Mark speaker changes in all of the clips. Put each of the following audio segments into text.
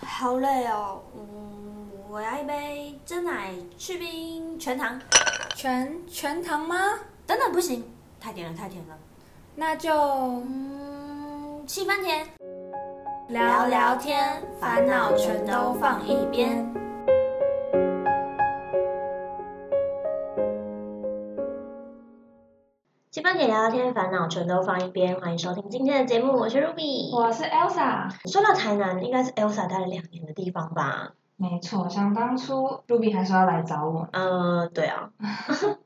Speaker 1: 好累哦，嗯，我要一杯真奶去冰全糖。
Speaker 2: 全全糖吗？
Speaker 1: 等等，不行，太甜了，太甜了。
Speaker 2: 那就
Speaker 1: 嗯，七分甜。
Speaker 2: 聊聊天，烦恼全都放一边。
Speaker 3: 七分甜聊聊天，烦恼全都放一边。欢迎收听今天的节目，我是 Ruby。
Speaker 4: 我是 Elsa。
Speaker 3: 说到台南，应该是 Elsa 待了两年的地方吧？
Speaker 4: 没错，想当初 Ruby 还说要来找我，
Speaker 3: 呃，对啊，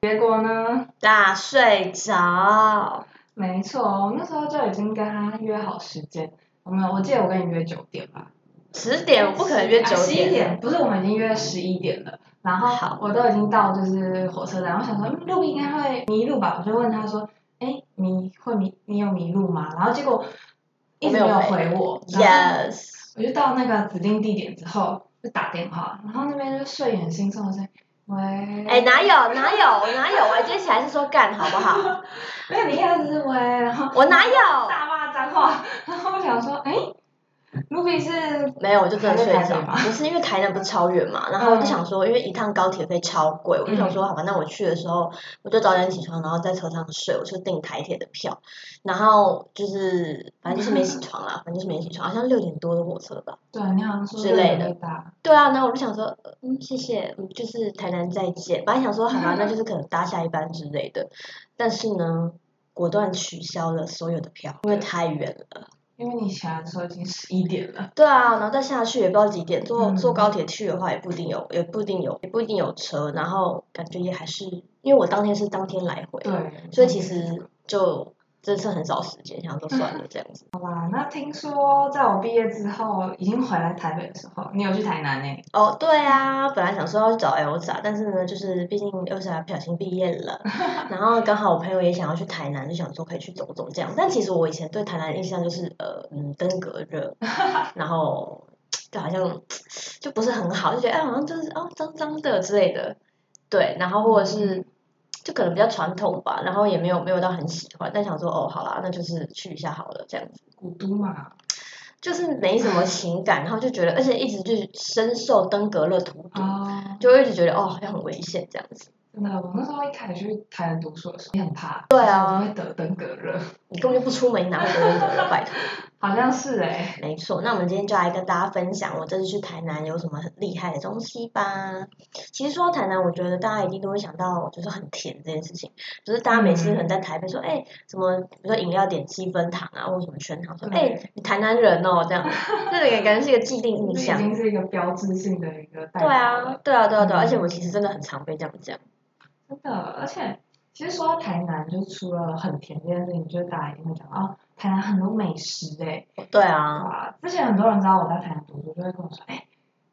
Speaker 4: 结果呢？
Speaker 3: 大睡着。
Speaker 4: 没错，我那时候就已经跟他约好时间。我们我记得我跟你约九点吧，
Speaker 3: 十点我不可能约九
Speaker 4: 十一
Speaker 3: 点。
Speaker 4: 点不是，我们已经约十一点了。然
Speaker 3: 好
Speaker 4: 后我都已经到就是火车站，我想说嗯 Ruby 应该会迷路吧，我就问他说，哎，你会迷你有迷路吗？然后结果一直没有回我，然后
Speaker 3: Yes。
Speaker 4: 我就到那个指定地点之后就打电话，然后那边就睡眼惺忪的声音，喂，
Speaker 3: 哎，哪有哪有哪有？我还接起来是说干好不 好？
Speaker 4: 没有，你一开始是喂，然后
Speaker 3: 我哪有？
Speaker 4: 大骂脏话，然后我想说，哎、卢比是
Speaker 3: 没有，我就真的睡
Speaker 4: 还在台
Speaker 3: 着。
Speaker 4: 北吗
Speaker 3: 不是因为台南不是超远嘛，然后我就
Speaker 4: 嗯
Speaker 3: 想说，因为一趟高铁费超贵，我就想说，好吧，那我去的时候我就早点起床，然后在车上睡，我就订台铁的票，然后就是反正就是没起床啦，反正就是没起床，好像六点多的火车吧。
Speaker 4: 对，你好像说
Speaker 3: 之类的
Speaker 4: 六点八
Speaker 3: 对啊，然后我就想说，呃嗯，谢谢，嗯，就是台南再见。本来想说，好吧，那就是可能搭下一班之类的，但是呢，果断取消了所有的票，因为太远了。
Speaker 4: 因为你起来的时候已经十一点了，
Speaker 3: 对啊，然后再下去也不知道几点，坐
Speaker 4: 嗯
Speaker 3: 坐高铁去的话也不一定有，也不一定有，也不一定有车，然后感觉也还是，因为我当天是当天来回，
Speaker 4: 对，嗯
Speaker 3: 所以其实就真是很少时间，想说算 了这样子。
Speaker 4: 哇，那听说在我毕业之后已经回来台北的时候，你有去台南欸呢、
Speaker 3: 哦，对啊，本来想说要去找 Elsa，但是呢，就是毕竟 Elsa 不小心毕业了，然后刚好我朋友也想要去台南，就想说可以去走走这样。但其实我以前对台南的印象就是呃嗯登革热，然后就好像就不是很好，就觉得哎好像就是哦脏脏的之类的，对，然后或者是。就可能比较传统吧，然后也没有没有到很喜欢，但想说哦，好啦，那就是去一下好了这样子。
Speaker 4: 古都嘛，
Speaker 3: 就是没什么情感，然后就觉得，而且一直就是深受登革热荼毒，
Speaker 4: 哦，
Speaker 3: 就会一直觉得哦，好像很危险这样子。
Speaker 4: 真的，我那时候一开始去台南读书的时候也很怕，
Speaker 3: 对啊
Speaker 4: 就是会得登革热，
Speaker 3: 你根本就不出门，你哪会得登革热？拜托。
Speaker 4: 好像是哎、
Speaker 3: 没错，那我们今天就来跟大家分享我这次去台南有什么很厉害的东西吧。其实说到台南，我觉得大家一定都会想到就是很甜这件事情，就是大家每次可能在台北说，哎、什么，比如说饮料点七分糖啊，或者什么全糖，说，
Speaker 4: 对
Speaker 3: 哎、你台南人哦， 这样，这个感觉是一个既定印
Speaker 4: 这已
Speaker 3: 象。
Speaker 4: 经是一个标志性的一个代
Speaker 3: 对
Speaker 4: 表
Speaker 3: 啊
Speaker 4: 了，，
Speaker 3: 对啊，对啊，对啊，
Speaker 4: 嗯
Speaker 3: 而且我其实真的很常被这样讲。
Speaker 4: 真的，而且其实说到台南，就是除了很甜这件事情，就是大家一定会讲到哦，台南很多美食哎、
Speaker 3: 对啊，
Speaker 4: 哇，之前很多人知道我在台南读书，就会跟我说，哎、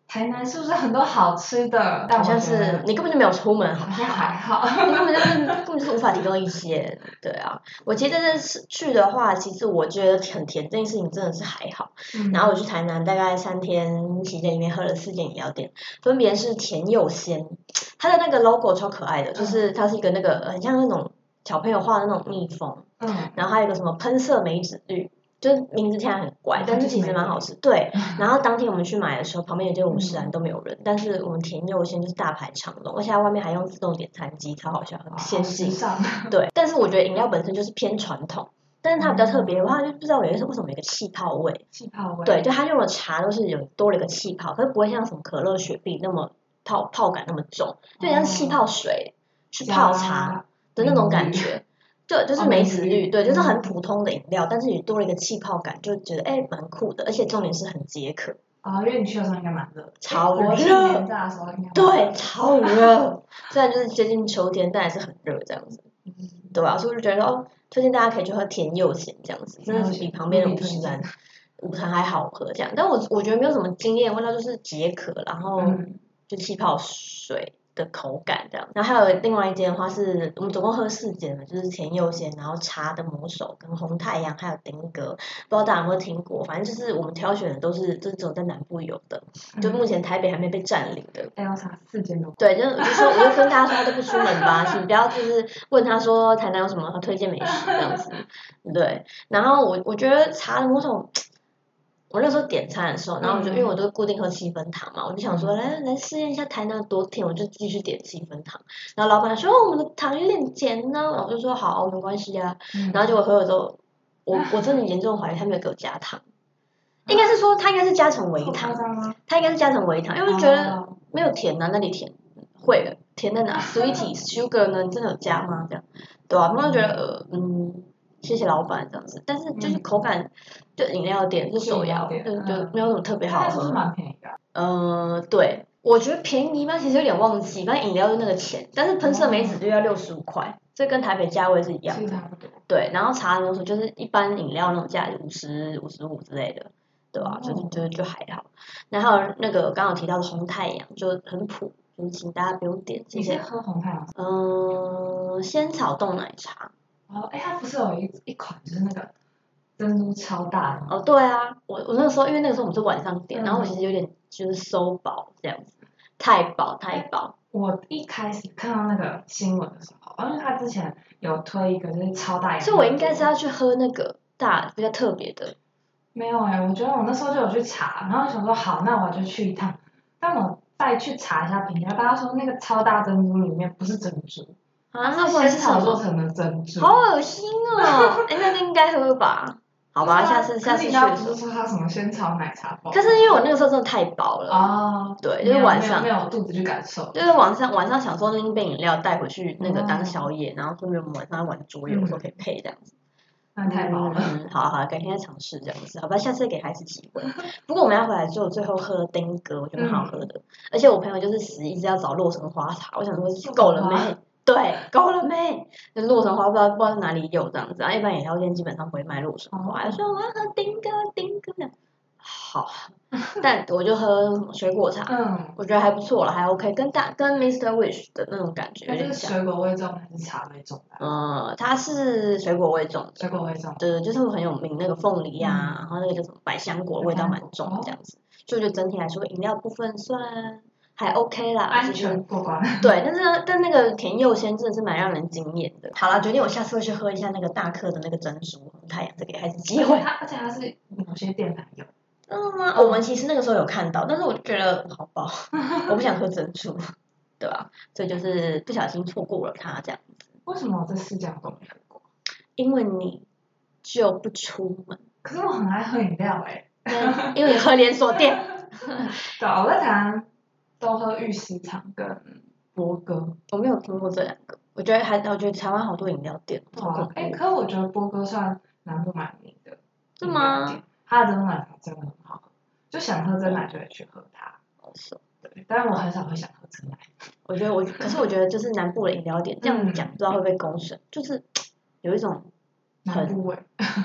Speaker 4: 台南是不是很多好吃的？但
Speaker 3: 好
Speaker 4: 我
Speaker 3: 像
Speaker 4: 觉得
Speaker 3: 是你根本就没有出门，
Speaker 4: 好像还好，
Speaker 3: 你根本就是根本就是无法提供一些，对啊。我其实这次去的话，其实我觉得很甜这件事情真的是还好。
Speaker 4: 嗯
Speaker 3: 然后我去台南大概三天期间里面喝了四间饮料店，分别是甜柚鲜，它的那个 logo 超可爱的，就是它是一个那个很像那种小朋友画的那种蜜蜂，
Speaker 4: 嗯，
Speaker 3: 然后还有一个什么喷射梅子绿。就是名字听起来很怪，但是其实蛮好吃。对，然后当天我们去买的时候，旁边有间五十兰都没有人，但是我们甜柚鲜就是大排长龙，而且它外面还用自动点餐机，超好笑，很先
Speaker 4: 好时
Speaker 3: 进。
Speaker 4: 尚，
Speaker 3: 对，哦但是我觉得饮料本身就是偏传统，但是它比较特别，它就不知道有一些为什么有一个气泡味。
Speaker 4: 气泡味，
Speaker 3: 对，就它用的茶都是有多了一个气泡，可是不会像什么可乐、雪碧那么泡泡感那么重，就很像气泡水去
Speaker 4: 加
Speaker 3: 泡茶的那种感觉。对，就是
Speaker 4: 哦
Speaker 3: 梅
Speaker 4: 梅
Speaker 3: 子
Speaker 4: 子
Speaker 3: 绿，
Speaker 4: 哦绿
Speaker 3: 对，就是
Speaker 4: 嗯
Speaker 3: 很普通的饮料，但是你多了一个气泡感，就觉得哎蛮酷的，而且重点是很解渴，
Speaker 4: 哦，因为你去的时候应该蛮热的，
Speaker 3: 超
Speaker 4: 我去
Speaker 3: 热
Speaker 4: 年假的时候应该蛮
Speaker 3: 对，超热， 虽然就是接近秋天，但还是很热这样子。
Speaker 4: 嗯
Speaker 3: 对啊，所以我就觉得哦，推荐大家可以去喝甜柚贤这样子，真的
Speaker 4: 甜柚
Speaker 3: 是比
Speaker 4: 咸
Speaker 3: 旁边的
Speaker 4: 嗯
Speaker 3: 五
Speaker 4: 推
Speaker 3: 十
Speaker 4: 荐
Speaker 3: 兰五十兰还好喝这样。但我我觉得没有什么惊艳的味道，就是解渴，然后
Speaker 4: 嗯
Speaker 3: 就气泡水的口感这样。然后还有另外一间的话是，我们总共喝四间嘛，就是甜柚贤，然后茶的魔手跟红太阳，还有丁格，不知道大家有没有听过？反正就是我们挑选的都是，就是只有在南部有的，就目前台北还没被占领的。
Speaker 4: 哎，我查嗯四间都
Speaker 3: 对，就是我就说，我就跟大家说，他都不出门吧，请不要就是问他说台南有什么推荐美食这样子，对。然后我我觉得茶的某种我那时候点餐的时候，然后我就、
Speaker 4: 嗯
Speaker 3: 因为我都固定喝七分糖嘛，我就想说来来试验一下台南有多甜，我就继续点七分糖。然后老板说、哦、我们的糖有点甜呢，我就说好没关系啊。
Speaker 4: 嗯
Speaker 3: 然后结果喝了之后，我我真的严重怀疑他没有给我加糖，应该是说他应该是加成微
Speaker 4: 这么夸
Speaker 3: 糖，
Speaker 4: 张吗？
Speaker 3: 他应该是加成微糖，因为我觉得
Speaker 4: 哦
Speaker 3: 没有甜啊，那里甜，会的，甜在哪 ？Sweetie sugar 呢？你真的有加吗？这样，对吧、啊？然后觉得呃嗯，谢谢老板这样子，但是就是
Speaker 4: 嗯
Speaker 3: 口感，就饮料店就手摇，
Speaker 4: 是饮
Speaker 3: 对
Speaker 4: 料店
Speaker 3: 对，
Speaker 4: 嗯
Speaker 3: 没有什么特别好
Speaker 4: 它是不是
Speaker 3: 喝。
Speaker 4: 蛮便宜的啊？
Speaker 3: 呃，对，我觉得便宜吗？其实有点忘记，反正饮料就那个钱，但是
Speaker 4: 哦
Speaker 3: 喷射梅子就要六十五块，这跟台北价位是一样的
Speaker 4: 其实差不多。
Speaker 3: 对，然后茶的时候就是一般饮料那种价五十五十五之类的，对吧、
Speaker 4: 哦
Speaker 3: 就是就是就还好。然后还有那个刚好提到的红太阳就很普，就是请大家不用点这
Speaker 4: 你是
Speaker 3: 些。
Speaker 4: 喝红太阳茶？
Speaker 3: 嗯、仙草冻奶茶。
Speaker 4: 哦，哎，它不是有一一款就是那个珍珠超大的吗？
Speaker 3: 哦，对啊，我我那个时候因为那个时候我们是晚上点，然后我其
Speaker 4: 嗯
Speaker 3: 实有点就是收饱这样子，太饱太饱。
Speaker 4: 我一开始看到那个新闻的时候，因为他之前有推一个就是超大饮料，
Speaker 3: 所以我应该是要去喝那个大比较特别的。
Speaker 4: 没有哎、我觉得我那时候就有去查，然后想说好，那我就去一趟。但我再去查一下评价，大家说那个超大珍珠里面不是珍珠，
Speaker 3: 啊，那
Speaker 4: 它
Speaker 3: 不然
Speaker 4: 是
Speaker 3: 是
Speaker 4: 仙
Speaker 3: 什
Speaker 4: 草
Speaker 3: 么
Speaker 4: 做？成的珍珠。
Speaker 3: 好恶心哦！哎、那个应该喝吧？好吧，下次下次去
Speaker 4: 你
Speaker 3: 的
Speaker 4: 刚
Speaker 3: 时
Speaker 4: 不
Speaker 3: 候
Speaker 4: 是。说它什么仙草奶茶包？
Speaker 3: 可是因为我那个时候真的太饱了，
Speaker 4: 哦，
Speaker 3: 对，
Speaker 4: 没
Speaker 3: 就
Speaker 4: 有
Speaker 3: 是晚上
Speaker 4: 没，有没有肚子去感受。
Speaker 3: 就是晚上晚上想说拎杯饮料带回去那个当
Speaker 4: 哦
Speaker 3: 宵夜，然后顺便我们晚上玩桌游，
Speaker 4: 嗯
Speaker 3: 说可以配这样子。
Speaker 4: 那太饱了。
Speaker 3: 嗯，好啊好啊，改天再尝试这样子，好吧，下次给孩子机会。不过我们要回来之后，最后喝了丁哥，我觉得蛮好喝的，而且我朋友就是死一直要找洛神花茶，我想说够了
Speaker 4: 嗯洛神
Speaker 3: 没？对，够了没？那洛神花不知道不知道哪里有这样子，然后一般饮料店基本上不会卖洛神花，
Speaker 4: 哦
Speaker 3: 我说我要喝丁哥，丁哥呢？好，但我就喝什么水果茶，
Speaker 4: 嗯，
Speaker 3: 我觉得还不错了，还 OK，跟大跟 Mr. Wish 的那种感觉有
Speaker 4: 那
Speaker 3: 点
Speaker 4: 是
Speaker 3: 像。
Speaker 4: 水果味重还是茶味重的啊？
Speaker 3: 呃，它是水果味重
Speaker 4: 水
Speaker 3: 的，
Speaker 4: 果味重。
Speaker 3: 对，就是很有名那个凤梨啊，然后那个叫什么百香果，哦味道蛮重的这样子。所以我觉得整体来说，饮料部分算还 OK 啦，
Speaker 4: 安
Speaker 3: 就是
Speaker 4: 全过关。
Speaker 3: 对，但是呢但那个甜柚鲜真的是蛮让人惊艳的。好啦，决定我下次会去喝一下那个大客的那个珍珠太阳，再给孩子机会。
Speaker 4: 它而且它是某些店才有。
Speaker 3: 真的吗？ 我们其实那个时候有看到，但是我就觉得好 饱，我不想喝珍珠，对吧、所以就是不小心错过了它这样子，
Speaker 4: 为什么我这四家我都没喝过？
Speaker 3: 因为你就不出 门，
Speaker 4: 可是我很爱喝饮料哎、
Speaker 3: 那因为你喝连锁店。
Speaker 4: 对啊，我在台湾都喝玉石厂跟波哥。
Speaker 3: 我没有听过这两个，我觉得还我觉得台湾好多饮料店，
Speaker 4: 对啊，哎、
Speaker 3: 哎，
Speaker 4: 可是我觉得波哥算南部蛮名的。
Speaker 3: 是吗？？
Speaker 4: 它的珍珠奶茶真的很好喝，就想喝真奶就会去喝它。
Speaker 3: 好爽
Speaker 4: 对，但是我很少会想喝真奶。
Speaker 3: 我觉得我，可是我觉得就是南部的饮料店，这样
Speaker 4: 嗯
Speaker 3: 讲不知道会不会公审，就是有一种
Speaker 4: 南部味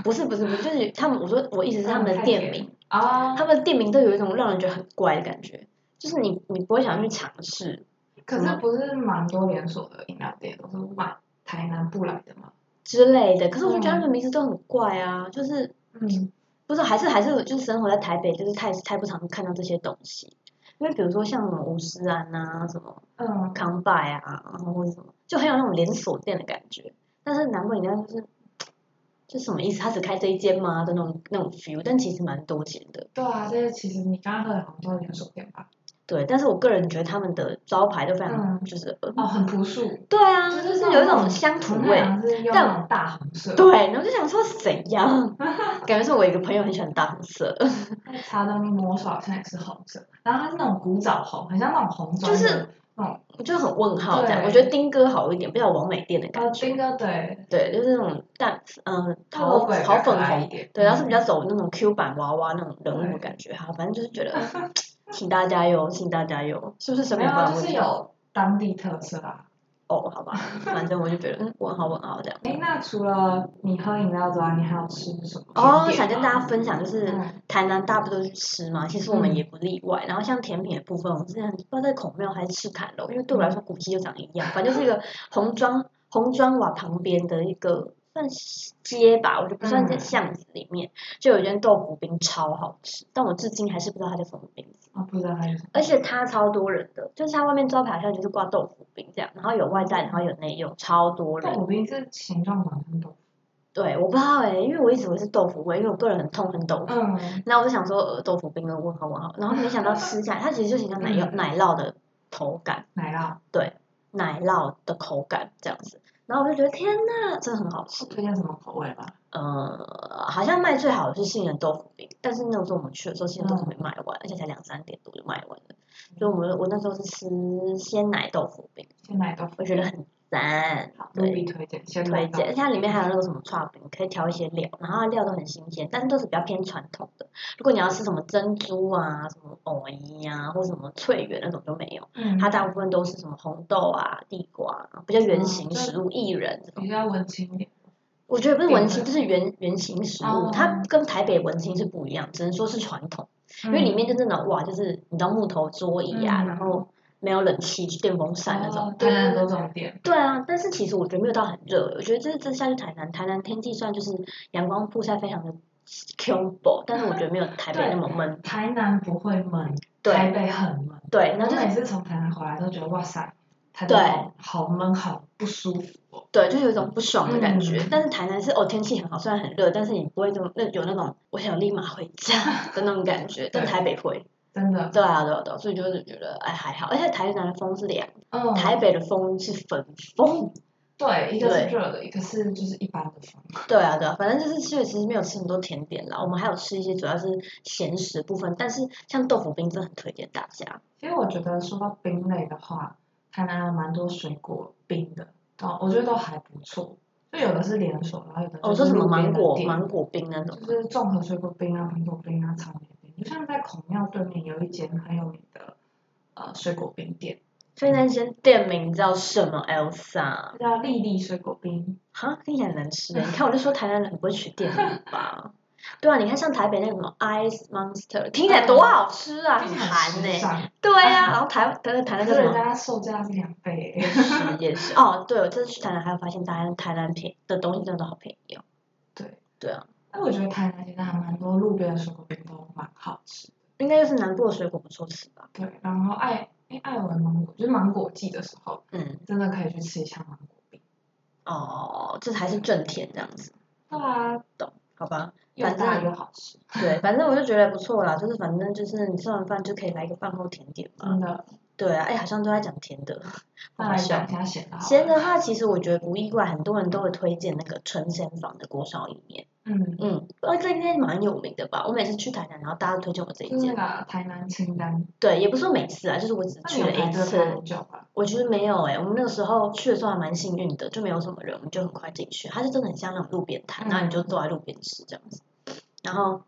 Speaker 3: 不是不是不是，就是他们我说我意思是他们的店名，
Speaker 4: 啊，
Speaker 3: 他们的店名都有一种让人觉得很怪的感觉，就是你你不会想去尝试，
Speaker 4: 可
Speaker 3: 嗯
Speaker 4: 是不是蛮多连锁的饮料店都是买台南不来的吗？
Speaker 3: 之类的。可是我就觉得
Speaker 4: 嗯
Speaker 3: 他们名字都很怪啊，就是
Speaker 4: 嗯，
Speaker 3: 不是还是还是就是生活在台北，就是太太不常看到这些东西。因为比如说像什么吴思安啊，什么
Speaker 4: 嗯，
Speaker 3: 康拜啊，然后或者什么，就很有那种连锁店的感觉。但是南北饮料就是，就什么意思？他只开这一间吗？的那种那种 feel，但其实蛮多间的。
Speaker 4: 对啊，这些其实你刚刚喝的好像都是连锁店吧？
Speaker 3: 对，但是我个人觉得他们的招牌都非常，
Speaker 4: 嗯
Speaker 3: 就是、呃
Speaker 4: 哦，很朴素，
Speaker 3: 对啊，
Speaker 4: 就
Speaker 3: 就是是
Speaker 4: 那
Speaker 3: 有一
Speaker 4: 种
Speaker 3: 种乡土
Speaker 4: 纯
Speaker 3: 味。
Speaker 4: 好像是用那种大红色，，
Speaker 3: 对，然后就想说是怎样，感觉是我一个朋友很喜欢大红色，
Speaker 4: 茶的魔手好像也是红色，然后它是那种古早红，很像那种红砖
Speaker 3: 就
Speaker 4: 的，
Speaker 3: 是
Speaker 4: 那种
Speaker 3: 我就很问号这样。
Speaker 4: 对
Speaker 3: 我觉得丁哥好一点，比较完美店的
Speaker 4: 呃
Speaker 3: 感觉。
Speaker 4: 丁哥对，
Speaker 3: 对，就是那种淡，嗯、
Speaker 4: 那
Speaker 3: 桃
Speaker 4: 我会比较
Speaker 3: 桃粉
Speaker 4: 可爱一
Speaker 3: 红
Speaker 4: 点，
Speaker 3: 对，然后是比较走那种 Q 版娃娃那种人物的
Speaker 4: 对
Speaker 3: 感觉哈，反正就是觉得，嗯请大家加油，请大家加油，是不是审
Speaker 4: 没
Speaker 3: 美
Speaker 4: 有啊
Speaker 3: 观的
Speaker 4: 就
Speaker 3: 问
Speaker 4: 是
Speaker 3: 题？
Speaker 4: 有当地特色啊。
Speaker 3: 哦，好吧，反正我就觉得，嗯，问号问号这样。
Speaker 4: 哎，那除了你喝饮料之外，你还有吃什么？
Speaker 3: 哦，
Speaker 4: 甜
Speaker 3: 想
Speaker 4: 点
Speaker 3: 跟
Speaker 4: 吗
Speaker 3: 大家分享，就是
Speaker 4: 嗯
Speaker 3: 台南大家不都去吃嘛，其实我们
Speaker 4: 嗯
Speaker 3: 也不例外。然后像甜品的部分，我之前不知道在孔庙还是赤坎楼，因为对我来说古迹就长一样，反正 就是一个红砖红砖瓦旁边的一个算是街吧，我就不算在
Speaker 4: 嗯
Speaker 3: 巷子里面，就有一间豆腐冰超好吃，但我至今还是不知道它叫什么名字。
Speaker 4: 哦，不知道还有什么，
Speaker 3: 而且它超多人的，就是它外面招牌好像就是挂豆腐冰这样，然后有外带，然后有内用，超多人
Speaker 4: 豆。腐冰是形状蛮像豆腐，
Speaker 3: 对，我不知道哎、因为我一直以为是豆腐味，因为我个人很痛恨豆腐。
Speaker 4: 嗯，
Speaker 3: 然后我就想说，呃，豆腐冰的问号问号，然后没想到吃下来，它其实就挺像奶酪奶酪的口感，
Speaker 4: 奶酪，
Speaker 3: 奶酪的口感这样子。然后我就觉得天呐，真的很好吃。
Speaker 4: 推荐什么口味吧？
Speaker 3: 呃，好像卖最好的是杏仁豆腐饼，但是那时候我们去的时候，杏仁豆腐饼卖完，而且才两三点多就卖完了。所以我们我那时候是吃鲜奶豆腐饼，
Speaker 4: 鲜奶豆腐，
Speaker 3: 我觉得很赞，
Speaker 4: 好，
Speaker 3: 对
Speaker 4: 努力推荐，鲜奶
Speaker 3: 推
Speaker 4: 豆腐
Speaker 3: 荐。它里面还有那个什么串饼，可以调一些料，然后它料都很新鲜，但是都是比较偏传统的。如果你要吃什么珍珠啊、什么藕泥啊，或什么翠圆那种就没有，
Speaker 4: 嗯，
Speaker 3: 它大部分都是什么红豆啊、地瓜、啊，比较圆
Speaker 4: 嗯
Speaker 3: 形
Speaker 4: 对
Speaker 3: 食物、薏仁这种。
Speaker 4: 比较文青一点。
Speaker 3: 我觉得不是文
Speaker 4: 定
Speaker 3: 青，
Speaker 4: 的
Speaker 3: 就是原原型食物，
Speaker 4: 哦
Speaker 3: 它跟台北文青是不一样，只能说是传统，因为里面就是那种哇，就是你知道木头桌椅啊，
Speaker 4: 嗯
Speaker 3: 然后没有冷气，就电风扇那种，
Speaker 4: 哦
Speaker 3: 对
Speaker 4: 台南
Speaker 3: 对
Speaker 4: 很多
Speaker 3: 对。
Speaker 4: 这种店，
Speaker 3: 对啊，但是其实我觉得没有到很热，欸我觉得这这下去台南，台南天气虽然就是阳光曝晒非常的 combo，但是我觉得没有台北那么 闷。
Speaker 4: 台南不会闷，台
Speaker 3: 对
Speaker 4: 北很闷。
Speaker 3: 对，
Speaker 4: 我
Speaker 3: 然后就
Speaker 4: 每
Speaker 3: 是
Speaker 4: 次从台南回来都觉得哇塞，台北
Speaker 3: 对
Speaker 4: 好好闷，好不舒服哦。
Speaker 3: 对，就有一种不爽的感觉。
Speaker 4: 嗯
Speaker 3: 但是台南是哦，天气很好，虽然很热，但是你不会那种那有那种我想立马回 家的那种感觉，但
Speaker 4: 对
Speaker 3: 台北会。
Speaker 4: 真的，
Speaker 3: 对啊，对啊，对啊，所以就是觉得哎还好，而且台南的风是凉，
Speaker 4: 嗯，
Speaker 3: 台北的风是粉风。
Speaker 4: 对，一个是
Speaker 3: 对
Speaker 4: 热的，一个是就是一般的风。
Speaker 3: 对啊，对啊，反正就是去了其实没有吃很多甜点啦，我们还有吃一些主要是咸食部分，但是像豆腐冰真的很推荐大家。
Speaker 4: 其实我觉得说到冰类的话，台南有蛮多水果冰的，哦，我觉得都还不错。就有的是连锁，然后有的
Speaker 3: 哦，
Speaker 4: 就
Speaker 3: 说
Speaker 4: 是
Speaker 3: 什么
Speaker 4: 路边
Speaker 3: 芒
Speaker 4: 的
Speaker 3: 果
Speaker 4: 店
Speaker 3: 芒果冰那种，
Speaker 4: 就是综合水果冰啊、苹果冰啊、草莓冰，就像在孔庙对面有一间很有名的呃水果冰店，
Speaker 3: 所以那间店名叫什么 Elsa？
Speaker 4: 它叫丽丽水果冰。
Speaker 3: 哈，听起来很难吃欸。 你看，我就说台南人很不会取店名吧？对啊，你看像台北那个什么 Ice
Speaker 4: 嗯
Speaker 3: Monster，听起来多好吃啊，
Speaker 4: 就是
Speaker 3: 很
Speaker 4: 很
Speaker 3: 韩
Speaker 4: 时
Speaker 3: 呢、
Speaker 4: 尚啊
Speaker 3: 对啊，然后台台台
Speaker 4: 可
Speaker 3: 南叫
Speaker 4: 是
Speaker 3: 什
Speaker 4: 人
Speaker 3: 么？
Speaker 4: 家售价是两倍、
Speaker 3: 也是也是哦，对，我这次去台南还有发现，台南台南便宜的东西真的都好便宜哦。
Speaker 4: 对
Speaker 3: 对啊，
Speaker 4: 那我觉得台南现在还蛮多路边的水果冰都蛮好吃。
Speaker 3: 应该就是南部的水果不错吃吧？
Speaker 4: 对，然后爱哎爱文芒果，就是芒果季的时候，
Speaker 3: 嗯，
Speaker 4: 真的可以去吃一下芒果冰。
Speaker 3: 哦，这还是正甜这样子，
Speaker 4: 对啊，
Speaker 3: 好吧？
Speaker 4: 又
Speaker 3: 反
Speaker 4: 大
Speaker 3: 正
Speaker 4: 又好吃，
Speaker 3: 对，反正我就觉得不错啦，就是反正就是你吃完饭就可以来一个饭后甜点嘛。
Speaker 4: 真的。
Speaker 3: 对啊，哎，好像都在讲甜的，
Speaker 4: 那来讲一下咸的好了，
Speaker 3: 咸的话，其实我觉得不意外，很多人都会推荐那个春鲜坊的锅烧意面。
Speaker 4: 嗯，
Speaker 3: 嗯，呃，这应该蛮有名的吧？我每次去台南，然后大家都推荐我这一
Speaker 4: 就是
Speaker 3: 间。
Speaker 4: 那个台南清单，
Speaker 3: 对，也不是说每次啊，就是我只
Speaker 4: 啊那你
Speaker 3: 去
Speaker 4: 有
Speaker 3: 了
Speaker 4: 排
Speaker 3: 一
Speaker 4: 队排
Speaker 3: 次。
Speaker 4: 很久吧？
Speaker 3: 我觉得没有哎、我们那个时候去的时候还蛮幸运的，就没有什么人，我们就很快进去。它是真的很像那种路边摊，
Speaker 4: 嗯
Speaker 3: 然后你就坐在路边吃这样子。然后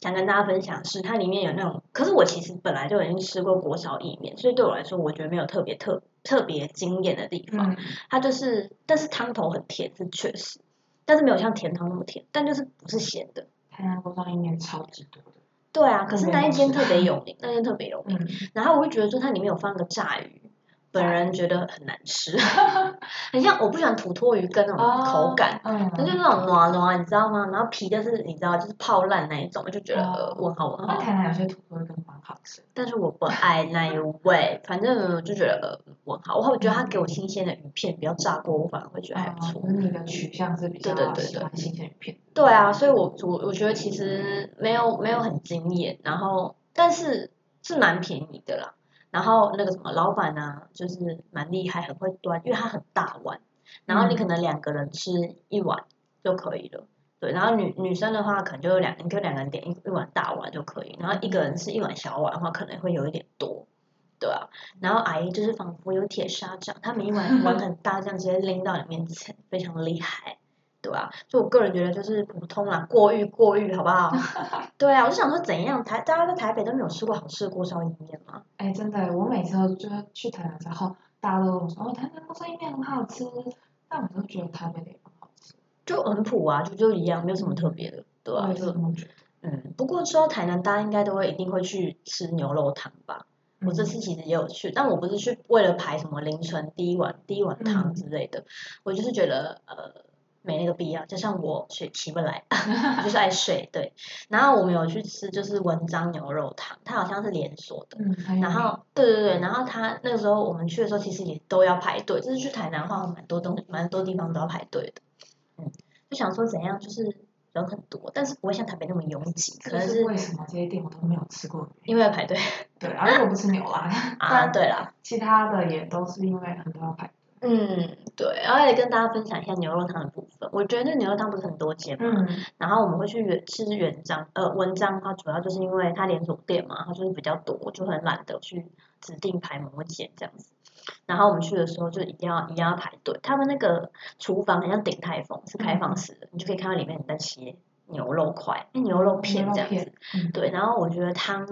Speaker 3: 想跟大家分享的是，它里面有那种，可是我其实本来就已经吃过国烧意面，所以对我来说，我觉得没有特别特特别惊艳的地方。
Speaker 4: 嗯，
Speaker 3: 它就是，但是汤头很甜，是确实，但是没有像甜汤那么甜，但就是不是咸的。
Speaker 4: 台南锅烧意面超级多的，
Speaker 3: 对啊，可是那一间
Speaker 4: 没有
Speaker 3: 特别有名，那间特别有名。
Speaker 4: 嗯，
Speaker 3: 然后我就觉得说它里面有放个炸鱼，本人觉得很难吃， 很像我不喜欢土托鱼跟那种口感，
Speaker 4: 嗯，
Speaker 3: 它就那种软软，你知道吗？然后皮就是你知道就是泡烂那一种，我就觉得
Speaker 4: 哦
Speaker 3: 呃问号问
Speaker 4: 那
Speaker 3: 号，
Speaker 4: 台南有些土豆羹蛮好吃的，
Speaker 3: 但是我不爱那一味，反正我就觉得呃问号。我我觉得它给我新鲜的鱼片，不要炸过，我反而会觉得还不错。
Speaker 4: 嗯你的取向是比较
Speaker 3: 对对对
Speaker 4: 喜欢新鲜鱼片，
Speaker 3: 对啊，所以我我我觉得其实没有没有很惊艳，然后但是是蛮便宜的啦。然后那个什么老板呢、就是蛮厉害，很会端，因为他很大碗，然后你可能两个人吃一碗就可以了。对，然后女女生的话，可能就两，你就两个人点一一碗大碗就可以，然后一个人吃一碗小碗的话，可能会有一点多，对啊。然后阿姨就是仿佛有铁砂掌，她每一碗碗很大，这样直接拎到你面前，非常厉害，对啊。所以我个人觉得就是普通啦，过誉过誉，好不好？对啊，我就想说怎样台大家在台北都没有吃过好吃的锅烧意面吗？
Speaker 4: 哎，真的，我每次都就是去台南之后，大家都跟我说哦，台南锅烧意面很好吃，但我都觉得台北的也蛮好吃，
Speaker 3: 就很普啊，就就一样，没有什么特别的，对
Speaker 4: 我
Speaker 3: 啊，
Speaker 4: 也是
Speaker 3: 就
Speaker 4: 这么觉得。
Speaker 3: 嗯。不过说到台南，大家应该都会一定会去吃牛肉汤吧？我这次其实也有去，但我不是去为了排什么凌晨第一碗、第一碗汤之类的，我就是觉得呃没那个必要，加上我睡起不来，我就是爱睡对。然后我们有去吃就是文章牛肉汤，它好像是连锁的。
Speaker 4: 嗯，很有
Speaker 3: 然后对对对，然后它那个时候我们去的时候其实也都要排队，就是去台南的话蛮多东蛮多地方都要排队的，嗯，就想说怎样就是人很多，但是不会像台北那么拥挤，可
Speaker 4: 这
Speaker 3: 能
Speaker 4: 是
Speaker 3: 是
Speaker 4: 为什么这些店我都没有吃过的原因。
Speaker 3: 因为要 排队
Speaker 4: 对，然后如果不吃牛拉，
Speaker 3: 啊，对啦，
Speaker 4: 其他的也都是因为很多要排队。
Speaker 3: 嗯，对，然后也跟大家分享一下牛肉汤的部分。我觉得那牛肉汤不是很多间嘛，
Speaker 4: 嗯，
Speaker 3: 然后我们会去原吃原章，呃，文章它主要就是因为它连锁店嘛，它就是比较多，就很懒得去指定排某一间这样子。然后我们去的时候就一定要一定要排队，他们那个厨房很像鼎泰丰，是开放式的，你就可以看到里面有在切牛肉块、哎牛肉片这样
Speaker 4: 牛肉
Speaker 3: 子
Speaker 4: 片。嗯
Speaker 3: 对，然后我觉得汤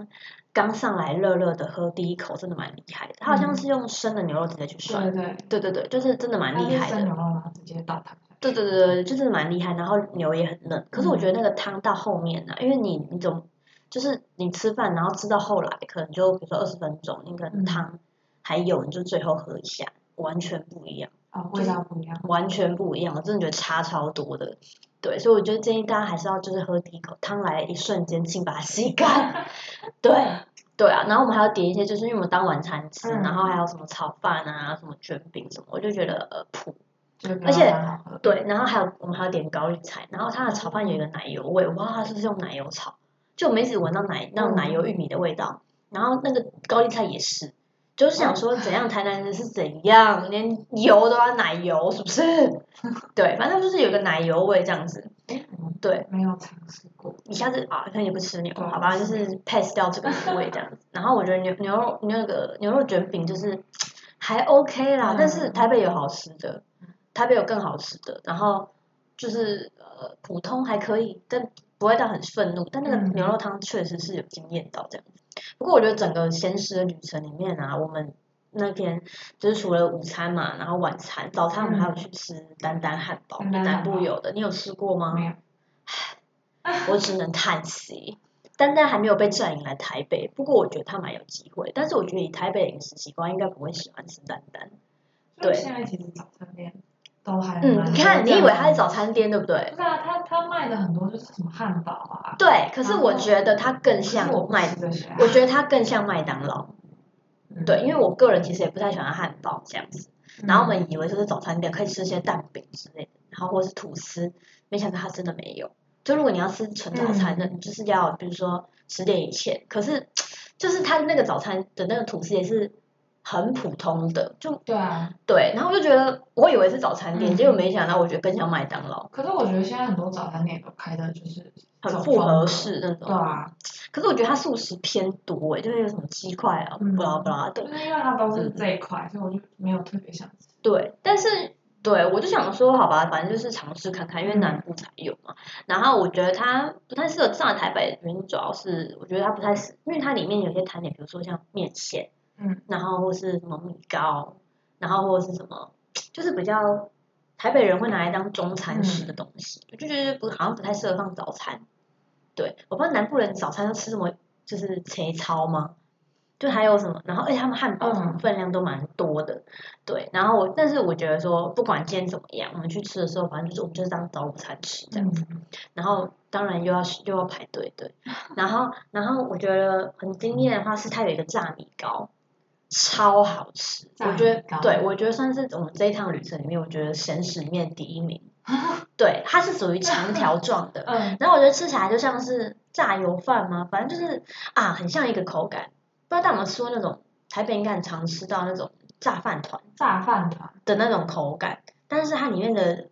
Speaker 3: 刚上来热热的喝第一口真的蛮厉害的，它好像是用生的牛肉直接去涮，
Speaker 4: 嗯对
Speaker 3: 对
Speaker 4: 对，
Speaker 3: 对对，就是真的蛮
Speaker 4: 它
Speaker 3: 厉
Speaker 4: 是
Speaker 3: 害的
Speaker 4: 生。牛肉然后直接倒它。
Speaker 3: 对对对对，就是蛮厉害，然后牛也很嫩。可是我觉得那
Speaker 4: 嗯
Speaker 3: 个汤到后面啊呢、因为你你总就是你吃饭，然后吃到后来，可能就比如说二十分钟，你可能
Speaker 4: 嗯
Speaker 3: 汤还有，你就最后喝一下，完全不一样，
Speaker 4: 啊，味道不一样。
Speaker 3: 完全不一样，我真的觉得差超多的。对，所以我觉得建议大家还是要就是喝第一口汤来的一瞬间，请把它吸 干。对对啊，然后我们还要点一些，就是因为我们当晚餐吃，
Speaker 4: 嗯
Speaker 3: 然后还有什么炒饭啊、什么卷饼什么，我就觉得呃普
Speaker 4: 就是没有
Speaker 3: 而且
Speaker 4: 它好喝
Speaker 3: 对，然后还有我们还有点高丽菜，然后它的炒饭有一个奶油味，我不知道它是不是用奶油炒，就我们一直闻到奶那种奶油玉米的味道，然后那个高丽菜也是，就是想说怎样台南人是怎样，连油都要奶油是不 是？对，反正就是有个奶油味这样子。
Speaker 4: 嗯
Speaker 3: 对，
Speaker 4: 没有尝试过。
Speaker 3: 你下次啊，可能也不吃牛，
Speaker 4: 嗯对
Speaker 3: 好吧，
Speaker 4: 不
Speaker 3: 就
Speaker 4: 吃
Speaker 3: 是 pass 掉这个部位这样子。然后我觉得牛牛肉那个牛肉卷饼就是还 OK 啦，
Speaker 4: 嗯
Speaker 3: 但是台北有好吃的，台北有更好吃的，然后就是呃普通还可以，但不会到很愤怒。但那个
Speaker 4: 嗯
Speaker 3: 牛肉汤确实是有惊艳到这样子。不过我觉得整个闲时的旅程里面啊，我们那天就是除了午餐嘛，然后晚餐、早餐我们还有去吃丹丹汉堡，
Speaker 4: 嗯丹丹
Speaker 3: 南
Speaker 4: 汉堡
Speaker 3: 部有的，你有吃过吗？
Speaker 4: 没有。
Speaker 3: 我只能叹息。丹丹还没有被占领来台北，不过我觉得他蛮有机会。但是我觉得以台北饮食习惯，应该不会喜欢吃丹丹。对
Speaker 4: 所以现在其实早餐店都还蛮
Speaker 3: 嗯，你看，你以为它是早餐店对不
Speaker 4: 不
Speaker 3: 对？
Speaker 4: 是啊，他他卖的很多就是什么汉堡啊，
Speaker 3: 对，可是我觉得它更
Speaker 4: 可是我
Speaker 3: 像
Speaker 4: 不
Speaker 3: 麦
Speaker 4: 吃，这些啊
Speaker 3: 我觉得它更像麦当劳。
Speaker 4: 嗯
Speaker 3: 对，因为我个人其实也不太喜欢汉堡这样子。然后我
Speaker 4: 嗯
Speaker 3: 们以为就是早餐店可以吃些蛋饼之类的，然后或是吐司，没想到它真的没有。就如果你要吃纯早餐
Speaker 4: 嗯
Speaker 3: 的，你就是要比如说十点以前。可是就是它那个早餐的那个吐司也是很普通的，就
Speaker 4: 对啊，
Speaker 3: 对。然后我就觉得我以为是早餐店，
Speaker 4: 嗯
Speaker 3: 结果没想到我觉得更像麦当劳，
Speaker 4: 可是我觉得现在很多早餐店都开的就是这
Speaker 3: 很
Speaker 4: 种
Speaker 3: 复合
Speaker 4: 风格，
Speaker 3: 式那
Speaker 4: 对
Speaker 3: 种。
Speaker 4: 啊，
Speaker 3: 可是我觉得它素食偏多诶，就是有什么鸡块啊，
Speaker 4: 嗯
Speaker 3: 不啦不啦的
Speaker 4: 就。是因为它都
Speaker 3: 嗯
Speaker 4: 是这一块，所以我就没有特别想吃。
Speaker 3: 对，但是对我就想说，好吧，反正就是尝试看看，因为
Speaker 4: 嗯
Speaker 3: 南部才有嘛。然后我觉得它不太适合上海台北，原因主要是我觉得它不太适，因为它里面有些摊点，比如说像面线，
Speaker 4: 嗯，
Speaker 3: 然后或是什么米糕，然后或是什么，就是比较台北人会拿来当中
Speaker 4: 嗯
Speaker 3: 餐吃的东西，我就觉得不好像不太适合放早餐。对，我不知道南部人早餐都吃什么，就是切超吗？就还有什么，然后哎而且他们汉堡
Speaker 4: 嗯
Speaker 3: 分量都蛮多的，对。然后我，但是我觉得说，不管今天怎么样，我们去吃的时候，反正就是我们就是当早午餐吃这样子。
Speaker 4: 嗯
Speaker 3: 然后当然又要又要排队， 对。然后然后我觉得很惊艳的话是它有一个炸米糕，超好吃，
Speaker 4: 炸
Speaker 3: 我觉得
Speaker 4: 米糕
Speaker 3: 对，我觉得算是我们这一趟旅程里面，我觉得咸食面第一 名。对，它是属于长条状的，
Speaker 4: 嗯，
Speaker 3: 然后我觉得吃起来就像是炸油饭吗？反正就是啊，很像一个口感。不知道大家有没有吃过那种台北应该很常吃到那种炸饭团
Speaker 4: 炸饭团，
Speaker 3: 的那种口感，但是它里面的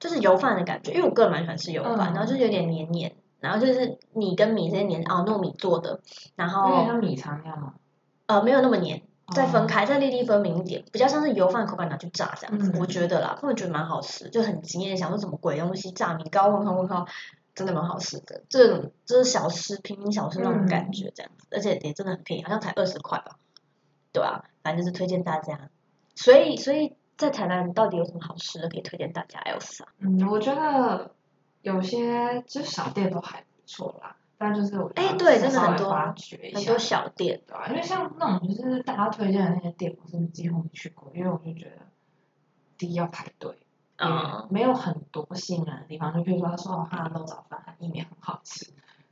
Speaker 3: 就是油饭的感觉，因为我个人蛮喜欢吃油饭，
Speaker 4: 嗯
Speaker 3: 然后就是有点黏黏，然后就是米跟米之间黏哦糯米做的，然
Speaker 4: 有点
Speaker 3: 后
Speaker 4: 像米肠那样吗？
Speaker 3: 呃没有那么黏，再哦分
Speaker 4: 哦，
Speaker 3: 开，再粒粒分明一点，比较像是油饭口感拿去炸这样子，
Speaker 4: 嗯
Speaker 3: 我觉得啦，我觉得蛮好吃，就很惊艳，想说什么鬼东西炸米糕，问号问号，真的蛮好吃的，这种就是小吃平民小吃那种感觉这样
Speaker 4: 嗯
Speaker 3: 子，而且也真的很便宜，好像才二十块吧，对啊，反正就是推荐大家，所以所以在台南到底有什么好吃的可以推荐大家？Elsa，
Speaker 4: 嗯，我觉得有些就是小店都还不错啦，但就是我觉得
Speaker 3: 哎对真的
Speaker 4: 稍微
Speaker 3: 很多
Speaker 4: 发掘一
Speaker 3: 很
Speaker 4: 下
Speaker 3: 多小店，
Speaker 4: 对啊，因为像那种就是大家推荐的那些店，我是几乎没去过，因为我就觉得第一要排队，也
Speaker 3: 嗯，
Speaker 4: 没有很多吸引人的地方。就比如说他说哦，他的肉燥饭和意面很好吃，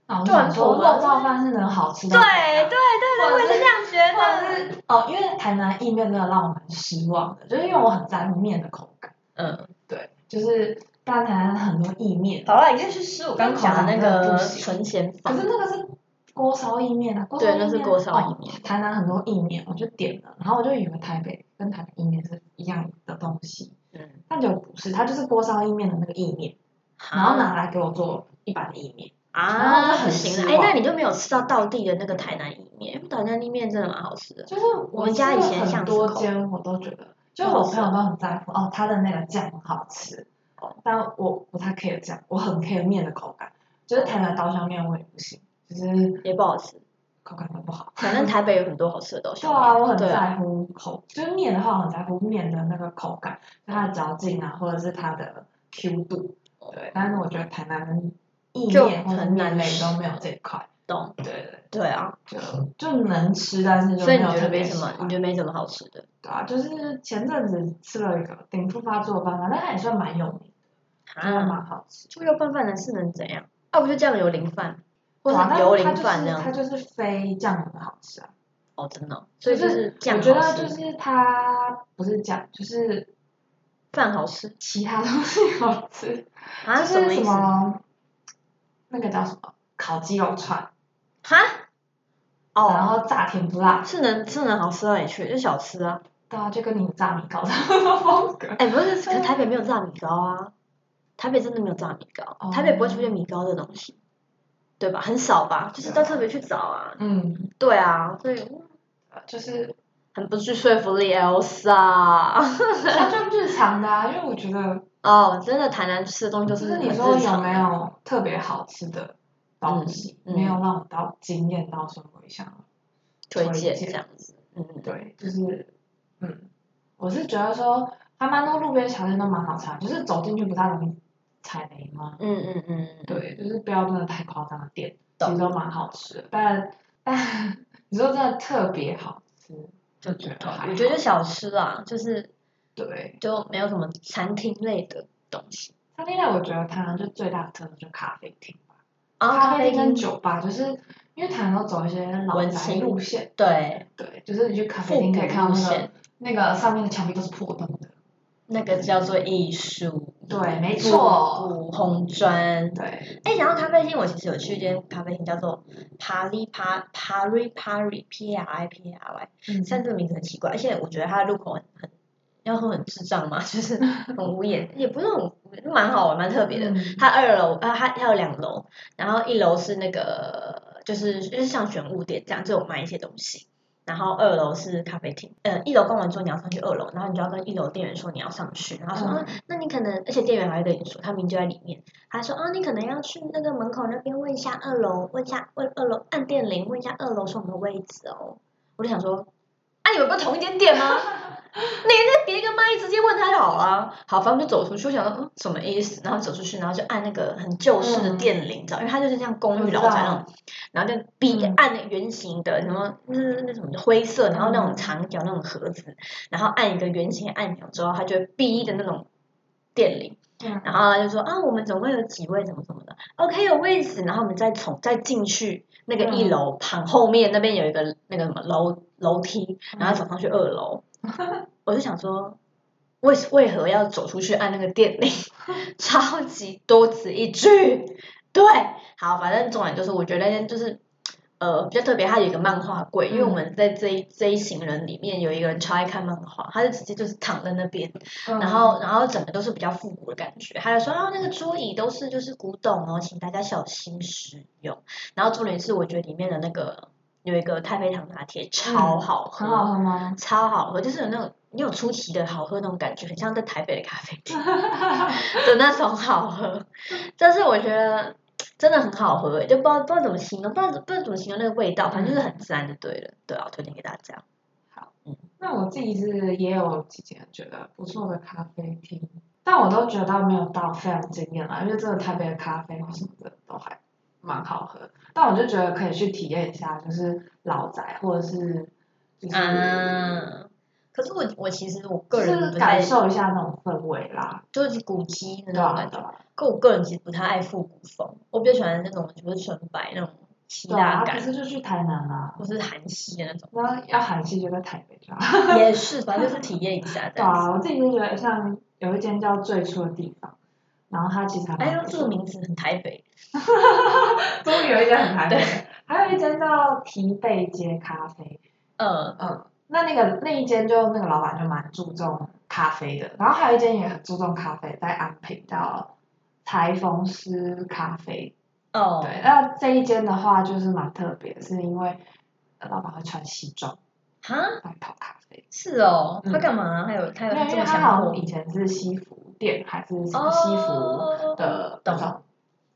Speaker 4: 那我就
Speaker 3: 对啊
Speaker 4: 想说
Speaker 3: 我
Speaker 4: 肉
Speaker 3: 们
Speaker 4: 燥饭是能好吃
Speaker 3: 对
Speaker 4: 到哪
Speaker 3: 对
Speaker 4: 里啊
Speaker 3: 对对，我也是这样觉
Speaker 4: 或
Speaker 3: 得，
Speaker 4: 者是哦，因为台南意面真的让我蛮失望的，就是因为我很在乎面的口感，
Speaker 3: 嗯，
Speaker 4: 对，就是大台南很多意面，
Speaker 3: 好了，你可以去吃我刚刚讲的那个
Speaker 4: 烤的那个不行
Speaker 3: 存钱法
Speaker 4: 可，是那个是锅烧意面啊，锅烧
Speaker 3: 对
Speaker 4: 意
Speaker 3: 那是
Speaker 4: 面
Speaker 3: 锅烧意
Speaker 4: 哦
Speaker 3: 面
Speaker 4: 台南很多意面，我就点了，然后我就以为台北跟台北意面是一样的东西，
Speaker 3: 嗯，
Speaker 4: 但结果不是，它就是锅烧意面的那个意面，然后拿来给我做一般的意面。然后我就
Speaker 3: 啊，
Speaker 4: 很
Speaker 3: 不行
Speaker 4: 失
Speaker 3: 了，哎，那
Speaker 4: 望
Speaker 3: 你就没有吃到道地的那个台南意面，因为台南意面真的蛮好吃的。
Speaker 4: 就是
Speaker 3: 我
Speaker 4: 我
Speaker 3: 们家以前
Speaker 4: 吃了
Speaker 3: 巷
Speaker 4: 很
Speaker 3: 子
Speaker 4: 多
Speaker 3: 口
Speaker 4: 间我都觉得，就
Speaker 3: 都
Speaker 4: 我
Speaker 3: 好
Speaker 4: 朋友都很在乎哦，他的那个酱很好吃，哦但我不太 care 酱，我很 care 面的口感，就是台南刀削面我也不行，就是
Speaker 3: 也不好吃，
Speaker 4: 口感都不好。
Speaker 3: 反正台北有很多好吃的东西。
Speaker 4: 对啊，我很
Speaker 3: 对啊
Speaker 4: 在乎口，就是面的话，我很在乎面的那个口感，就它的嚼劲啊，或者是它的 Q 度。对，但是我觉得台南的意
Speaker 3: 就
Speaker 4: 面或者
Speaker 3: 很难
Speaker 4: 面类
Speaker 3: 吃
Speaker 4: 都没有这一块。
Speaker 3: 懂，
Speaker 4: 对对，对
Speaker 3: 对啊，
Speaker 4: 就就能吃，但是就
Speaker 3: 所
Speaker 4: 没
Speaker 3: 以你
Speaker 4: 有
Speaker 3: 觉
Speaker 4: 特
Speaker 3: 得没
Speaker 4: 别
Speaker 3: 什
Speaker 4: 喜
Speaker 3: 么
Speaker 4: 欢，。
Speaker 3: 你觉得没什么好吃的
Speaker 4: 对啊，就是前阵子吃了一个顶腹发作的拌饭，但它也算蛮有名，真的
Speaker 3: 啊？
Speaker 4: 蛮好吃。
Speaker 3: 猪肉拌饭能是能怎样？啊，不就酱油淋饭，或
Speaker 4: 对啊
Speaker 3: 者
Speaker 4: 但
Speaker 3: 是
Speaker 4: 是
Speaker 3: 油
Speaker 4: 它
Speaker 3: 淋
Speaker 4: 就
Speaker 3: 饭
Speaker 4: 是
Speaker 3: 这
Speaker 4: 它
Speaker 3: 样？
Speaker 4: 就是非酱油的好吃啊。
Speaker 3: 哦，真的哦，所以
Speaker 4: 就
Speaker 3: 就是是酱
Speaker 4: 我觉
Speaker 3: 好
Speaker 4: 得
Speaker 3: 吃
Speaker 4: 就是它不是酱，就是
Speaker 3: 饭好吃
Speaker 4: 其他东西好吃，
Speaker 3: 啊？
Speaker 4: 就
Speaker 3: 什么
Speaker 4: 是什
Speaker 3: 意思？
Speaker 4: 么那个叫什么烤鸡肉串，
Speaker 3: 哈？
Speaker 4: 然
Speaker 3: 哦，
Speaker 4: 后炸甜不辣，
Speaker 3: 是能是能好吃到哪里去？就小吃啊。
Speaker 4: 对啊，就跟你炸米糕差不多风格。
Speaker 3: 哎，不是，可台北没有炸米糕啊，台北真的没有炸米糕，
Speaker 4: 哦
Speaker 3: 台北不会出现米糕的东西，对吧？很少吧，就是
Speaker 4: 对
Speaker 3: 都
Speaker 4: 啊
Speaker 3: 特别去找啊。
Speaker 4: 嗯，
Speaker 3: 对啊，所以
Speaker 4: 就是
Speaker 3: 很不具说服力，Elsa。
Speaker 4: 它就日常的啊，因为我觉得。
Speaker 3: 哦，真的，台南吃的东西都
Speaker 4: 就是是
Speaker 3: 嗯很
Speaker 4: 你
Speaker 3: 日
Speaker 4: 说有
Speaker 3: 常
Speaker 4: 没
Speaker 3: 的？
Speaker 4: 有特别好吃的东西，
Speaker 3: 嗯嗯
Speaker 4: 没有让我到惊艳到说我想
Speaker 3: 推
Speaker 4: 推
Speaker 3: 荐
Speaker 4: 荐
Speaker 3: 这样子？嗯，
Speaker 4: 对，就是嗯，我是觉得说还蛮多路边小店都蛮好吃的，就是走进去不太容易踩雷嘛。
Speaker 3: 嗯嗯嗯，
Speaker 4: 对，就是不要真的太夸张的店，其
Speaker 3: 懂
Speaker 4: 实都蛮好吃的，但但你说真的特别好吃，就觉得还好
Speaker 3: 我觉得小吃啊，就是
Speaker 4: 对。
Speaker 3: 就没有什么餐厅类的东西。
Speaker 4: 餐厅类我觉得台南就最大的特色就咖啡厅吧，
Speaker 3: 啊，
Speaker 4: 咖啡
Speaker 3: 啡
Speaker 4: 厅
Speaker 3: 厅
Speaker 4: 跟酒吧就是因为台南都走一些老
Speaker 3: 文
Speaker 4: 宅
Speaker 3: 青
Speaker 4: 路线。
Speaker 3: 对，
Speaker 4: 对，就是你去咖啡
Speaker 3: 复
Speaker 4: 厅
Speaker 3: 古
Speaker 4: 可以看
Speaker 3: 路
Speaker 4: 到那个
Speaker 3: 线，
Speaker 4: 那个上面的墙壁都是破洞的。
Speaker 3: 那个叫做艺术。
Speaker 4: 对，没错。
Speaker 3: 古红砖。
Speaker 4: 对，
Speaker 3: 哎，讲到咖啡厅，我其实有去一间咖啡厅，叫做 Pari Par Pari Pari P R I P R Y，
Speaker 4: 嗯
Speaker 3: 虽然这个名字很奇怪，而且我觉得它的入口很很，要说很智障嘛， 就是很无言，也不是很无，蛮好玩，蛮特别的。
Speaker 4: 嗯
Speaker 3: 它二楼，呃，它它有两楼，然后一楼是那个，就是就是像玄武店这样，就有卖一些东西。然后二楼是咖啡厅，呃，一楼逛完之后你要上去二楼，然后你就要跟一楼店员说你要上去，然后说、
Speaker 4: 嗯
Speaker 3: 啊，那你可能，而且店员还会跟你说，他明明就在里面，他说啊，你可能要去那个门口那边问一下二楼，问一下问二楼按电铃，问一下二楼是我们的位置哦。我就想说，啊，你们不是同一间店吗？你那别个麦直接问他就好了。好，反正我就走出去，我想说嗯什么意思？然后走出去，然后就按那个很旧式的电铃，你知道，因为它就是像公寓老宅那种，然后就逼
Speaker 4: 嗯
Speaker 3: 按那个圆形的，然后那那什么灰色，然后那种长条那种盒子，然后按一个圆形的按钮之后，它就会逼的那种电铃。
Speaker 4: 嗯
Speaker 3: 然后他就说啊，我们总共有几位，什么什么的，OK 有位置，然后我们再从再进去那个一楼旁后面那边有一个那个什么楼楼梯，然后走上去二楼，我就想说，为为何要走出去按那个电铃？ 超级多此一举。对，好，反正重点就是，我觉得那天就是。呃，比较特别，它有一个漫画柜，因为我们在这一这一行人里面有一个人超爱看漫画，他就直接就是躺在那边，
Speaker 4: 嗯
Speaker 3: 然后然后整个都是比较复古的感觉。还有说啊，那个桌椅都是就是古董哦，请大家小心使用。然后重点是，我觉得里面的那个有一个太妃糖拿铁超好喝，
Speaker 4: 嗯很好喝吗？
Speaker 3: 超好喝，就是有那种你有出奇的好喝那种感觉，很像在台北的咖啡 厅的那种好喝。但是我觉得真的很好喝、欸，就不知道不知道怎么形容，不知道不知道怎么形容那个味道，反正就是很自然就对了。对啊，我推荐给大家。
Speaker 4: 那我自己是也有几间觉得不错的咖啡厅，但我都觉得没有到非常惊艳啦，因为真的台北的咖啡或什么的都还蛮好喝，但我就觉得可以去体验一下，就是老宅或者是就是、
Speaker 3: 嗯，可是我我其实我
Speaker 4: 就
Speaker 3: 个人
Speaker 4: 是
Speaker 3: 不太
Speaker 4: 感受一下那种氛围啦，
Speaker 3: 就是古迹那
Speaker 4: 对
Speaker 3: 种
Speaker 4: 吧、
Speaker 3: 感
Speaker 4: 嗯对啊
Speaker 3: 觉。
Speaker 4: 吧、
Speaker 3: 可我个人其实不太爱复古风，我比较喜欢那种就是纯白那种希
Speaker 4: 对啊，
Speaker 3: 腊
Speaker 4: 啊不
Speaker 3: 感，
Speaker 4: 是就去台南啦、。
Speaker 3: 或是韩系的那种
Speaker 4: 然后要韩系就在台北就好。
Speaker 3: 也是，反正就是体验一下这
Speaker 4: 对
Speaker 3: 样子。
Speaker 4: 啊，我自己就觉得像有一间叫最初的地方，然后它其实还蛮
Speaker 3: 哎呦，
Speaker 4: 不
Speaker 3: 这
Speaker 4: 错
Speaker 3: 个名字很台北，
Speaker 4: 终于有一间很台北的，还有一间叫提贝街咖啡，
Speaker 3: 嗯，
Speaker 4: 嗯，那那个那一间就那个老板就蛮注重咖啡的，然后还有一间也很注重咖啡，在安平叫裁缝师咖啡，
Speaker 3: 哦，
Speaker 4: 对，那这一间的话就是蛮特别，是因为呃老板会穿西装
Speaker 3: 哈，
Speaker 4: 来泡咖啡，
Speaker 3: 是哦，
Speaker 4: 嗯
Speaker 3: 他干嘛？还有他有
Speaker 4: 没有，因
Speaker 3: 这
Speaker 4: 为
Speaker 3: 么
Speaker 4: 他
Speaker 3: 强
Speaker 4: 好像
Speaker 3: 迫
Speaker 4: 以前是西服店还是什么
Speaker 3: 哦
Speaker 4: 西服的那
Speaker 3: 懂
Speaker 4: 种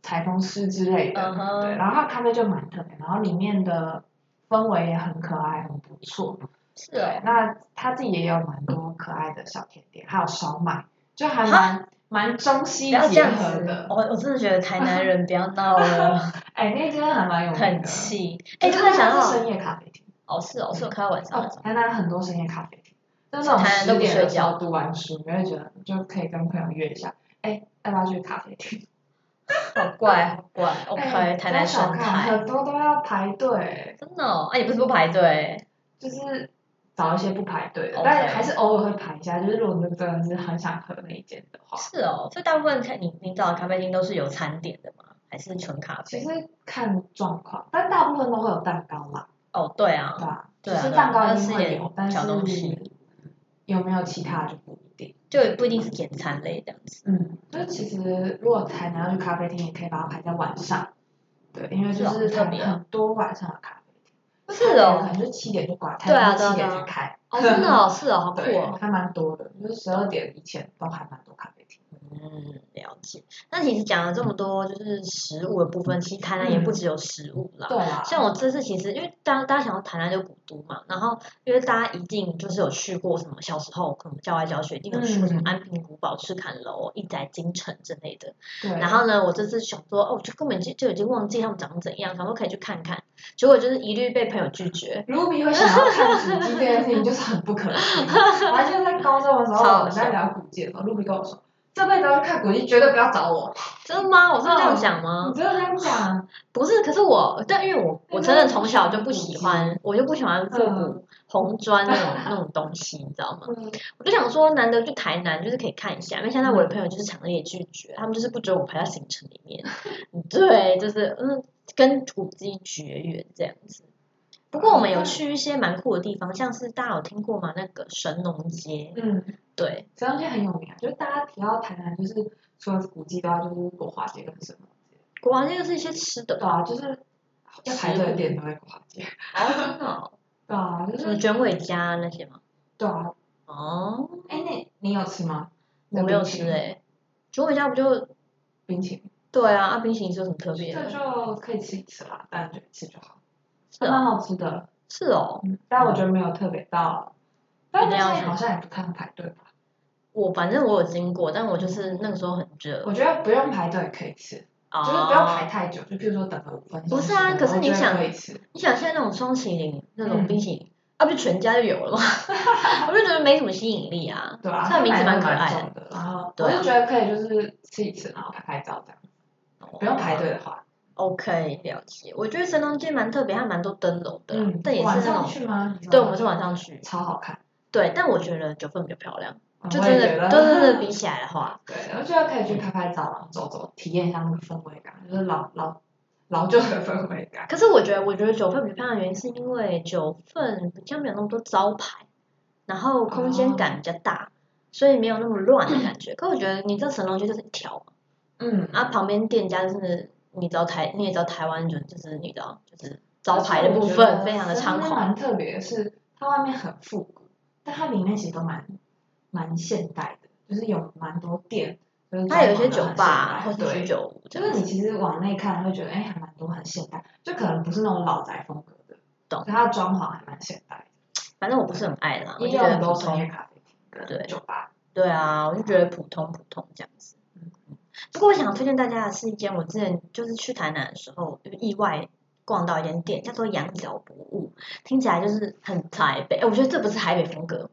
Speaker 4: 裁缝师之类的，
Speaker 3: 嗯哼
Speaker 4: 对，然后它咖啡就蛮特别，然后里面的氛围也很可爱，很不错。
Speaker 3: 是
Speaker 4: 对
Speaker 3: 哦，，
Speaker 4: 那他自己也有蛮多可爱的小甜点，还有烧麦，就还蛮蛮中西
Speaker 3: 不要这
Speaker 4: 结
Speaker 3: 样
Speaker 4: 合
Speaker 3: 子，
Speaker 4: 的
Speaker 3: 我。我真的觉得台南人不要闹 了，
Speaker 4: 哎，那间还蛮有名的。
Speaker 3: 很气。哎，
Speaker 4: 就
Speaker 3: 突
Speaker 4: 是
Speaker 3: 然
Speaker 4: 它
Speaker 3: 想
Speaker 4: 是
Speaker 3: 到，
Speaker 4: 深夜咖啡厅
Speaker 3: 哦是哦，是有开到晚上
Speaker 4: 哦
Speaker 3: 那种，，
Speaker 4: 台南很多深夜咖啡厅，就那种
Speaker 3: 台南都
Speaker 4: 十
Speaker 3: 不
Speaker 4: 点的
Speaker 3: 睡
Speaker 4: 时
Speaker 3: 觉
Speaker 4: 候读完书，你会觉得就可以跟朋友约一下，哎，要不要去咖啡厅？
Speaker 3: 好怪好怪
Speaker 4: 哎
Speaker 3: ，OK，台
Speaker 4: 不要
Speaker 3: 南
Speaker 4: 小
Speaker 3: 生
Speaker 4: 看
Speaker 3: 态，
Speaker 4: 很多都要排队。
Speaker 3: 真的哦，哎你不是不排队，
Speaker 4: 就是找一些不排队的
Speaker 3: OK
Speaker 4: 但还是偶尔会排一下。就是如果你真的是很想喝那一间的话，
Speaker 3: 是哦，所以大部分看你你找的咖啡厅都是有餐点的吗？还是纯咖
Speaker 4: 其
Speaker 3: 啡？
Speaker 4: 实看状况，但大部分都会有蛋糕啦，
Speaker 3: 哦，对啊
Speaker 4: 对，吧、
Speaker 3: 对啊
Speaker 4: 就是蛋糕
Speaker 3: 对啊
Speaker 4: 一定
Speaker 3: 要吃
Speaker 4: 会
Speaker 3: 点
Speaker 4: 有，但
Speaker 3: 小东
Speaker 4: 是
Speaker 3: 西
Speaker 4: 有没有其他的就不一定。
Speaker 3: 就也不一定是简餐类这样子。
Speaker 4: 嗯，就是其实如果台南要去咖啡厅，也可以把它排在晚上，对，因为就是
Speaker 3: 哦
Speaker 4: 是
Speaker 3: 特
Speaker 4: 它
Speaker 3: 别
Speaker 4: 很多晚上的咖啡厅，
Speaker 3: 是
Speaker 4: 台南
Speaker 3: 哦，
Speaker 4: 可能就七点就关，台
Speaker 3: 对啊
Speaker 4: 南七
Speaker 3: 对
Speaker 4: 点
Speaker 3: 啊
Speaker 4: 才开，
Speaker 3: 哦，真的哦，是哦，好酷
Speaker 4: 对，
Speaker 3: 哦。
Speaker 4: 还蛮多的，就是十二点以前都还蛮多咖啡厅。
Speaker 3: 嗯，了解。那其实讲了这么多，就是食物的部分，其实台南也不只有食物啦。
Speaker 4: 对啊，
Speaker 3: 像我这次其实，因为大家大家想到台南就古都嘛，然后因为大家一定就是有去过什么小时候可能校外教学，一定有去过什么
Speaker 4: 嗯
Speaker 3: 安平古堡、赤坎楼、义载金城之类的。
Speaker 4: 对，
Speaker 3: 然 后呢，我这次想说，哦，我就根本就就已经忘记他们长怎样，想说可以去看看，结果就是一律被朋友拒绝。
Speaker 4: 卢比会想要看古迹这件事情就是很不可思议。我还记得在高中的时
Speaker 3: 超
Speaker 4: 候，
Speaker 3: 好
Speaker 4: 我们在聊古迹的时候，卢比跟我说，这辈子要去看古迹绝对不要找我。
Speaker 3: 真的吗？我是这样想
Speaker 4: 你
Speaker 3: 吗？
Speaker 4: 真的这样讲？
Speaker 3: 不是，可是我，但因为我我真的从小就不喜欢，我就不喜欢复
Speaker 4: 嗯
Speaker 3: 古红砖那种那种东西，你知道吗？
Speaker 4: 嗯，
Speaker 3: 我就想说，难得去台南，就是可以看一下。因为现在我的朋友就是强烈拒绝，他们就是不觉得我排在行程里面。对，就是嗯，跟古迹绝缘这样子。不过我们有去一些蛮酷的地方，像是大家有听过吗？那个神农街，
Speaker 4: 嗯，
Speaker 3: 对，
Speaker 4: 这东西很有名啊，就是大家提到台南，就是除了古迹的话，就是国华街跟什么街。
Speaker 3: 国王街就是一些吃的
Speaker 4: 对，啊，就是要排队的店都会国华街。
Speaker 3: 哦，真的哦，
Speaker 4: 对啊，就
Speaker 3: 什么
Speaker 4: 是
Speaker 3: 嗯卷尾家那些吗？
Speaker 4: 对啊。
Speaker 3: 哦，
Speaker 4: 哎，那你有吃吗？
Speaker 3: 我没有吃哎、卷尾家不就
Speaker 4: 冰淇淋，
Speaker 3: 对啊？阿冰淇淋是有什么特别
Speaker 4: 这
Speaker 3: 的？
Speaker 4: 就可以吃一次啦，当然就吃就好，
Speaker 3: 是
Speaker 4: 还蛮
Speaker 3: 哦，
Speaker 4: 好吃的。
Speaker 3: 是哦，
Speaker 4: 嗯，但我觉得没有特别到，但
Speaker 3: 一
Speaker 4: 那
Speaker 3: 定要
Speaker 4: 些
Speaker 3: 是
Speaker 4: 好像也不看排队吧。
Speaker 3: 我反正我有经过，但我就是那个时候很热，
Speaker 4: 我觉得不用排队可以吃，
Speaker 3: 就
Speaker 4: 就是不要排。太久，就譬如说等个五分钟。
Speaker 3: 哦不是啊可是你
Speaker 4: 我觉得
Speaker 3: 想
Speaker 4: 可以吃，
Speaker 3: 你想现在那种双麒麟那
Speaker 4: 嗯
Speaker 3: 种冰淇淋，啊不是全家就有了吗？ 我就觉得没什么吸引力啊。
Speaker 4: 对啊，
Speaker 3: 虽然名字
Speaker 4: 蛮
Speaker 3: 蛮可爱的，
Speaker 4: 重的，然后
Speaker 3: 对
Speaker 4: 我
Speaker 3: 啊
Speaker 4: 就觉得可以就是吃一次，然后拍拍照这样， 不用排。队的话。
Speaker 3: OK，了解。我觉得神农街蛮特别，它蛮多灯笼的啊，
Speaker 4: 嗯，
Speaker 3: 但也是
Speaker 4: 晚
Speaker 3: 那
Speaker 4: 上
Speaker 3: 种
Speaker 4: 去吗？你知道
Speaker 3: 对，
Speaker 4: 吗
Speaker 3: 我们是晚上去。
Speaker 4: 超好看，
Speaker 3: 对，但我觉得九份比较漂亮，
Speaker 4: 嗯
Speaker 3: 就
Speaker 4: 我也
Speaker 3: 真
Speaker 4: 觉
Speaker 3: 的
Speaker 4: 得
Speaker 3: 对对 对，比起来的话，
Speaker 4: 对，我觉得可以去拍拍照，然后走走，体验一下那个氛围感，就是老老老旧的氛围感。
Speaker 3: 可是我觉得我觉得九份比较漂亮的原因是因为九份比较没有那么多招牌，然后空
Speaker 4: 哦
Speaker 3: 间感比较大，所以没有那么乱的感觉。可我觉得你这神农街就是一条。
Speaker 4: 嗯，
Speaker 3: 啊，旁边店家就是你知道台，你也知道台湾人就是你知道就是招牌的部
Speaker 4: 而且我觉
Speaker 3: 分
Speaker 4: 得
Speaker 3: 非常的
Speaker 4: 神
Speaker 3: 猖
Speaker 4: 农街
Speaker 3: 狂，
Speaker 4: 蛮特别的是，它外面很复古，但它里面其实都蛮蛮现代的，就是有蛮多店，就是
Speaker 3: 它有一些
Speaker 4: 装
Speaker 3: 酒
Speaker 4: 潢得很
Speaker 3: 吧或
Speaker 4: 现代
Speaker 3: 是居
Speaker 4: 对，
Speaker 3: 酒屋这
Speaker 4: 就
Speaker 3: 样
Speaker 4: 是
Speaker 3: 子，
Speaker 4: 你其实往内看会觉得，哎，还蛮多很现代，就可能不是那种老宅风格的，
Speaker 3: 懂
Speaker 4: 可是它的装潢还蛮现代的，
Speaker 3: 反正我不是很爱啦，我
Speaker 4: 也
Speaker 3: 就
Speaker 4: 有
Speaker 3: 觉得
Speaker 4: 很多
Speaker 3: 普
Speaker 4: 深夜
Speaker 3: 通，
Speaker 4: 咖啡厅
Speaker 3: 对
Speaker 4: 跟酒吧，
Speaker 3: 对啊，我就觉得普通普通这样子。嗯不过我想推荐大家的是一间我之前就是去台南的时候意外逛到一间店，叫做羊角博物，听起来就是很台北。哎，我觉得这不是台北风格，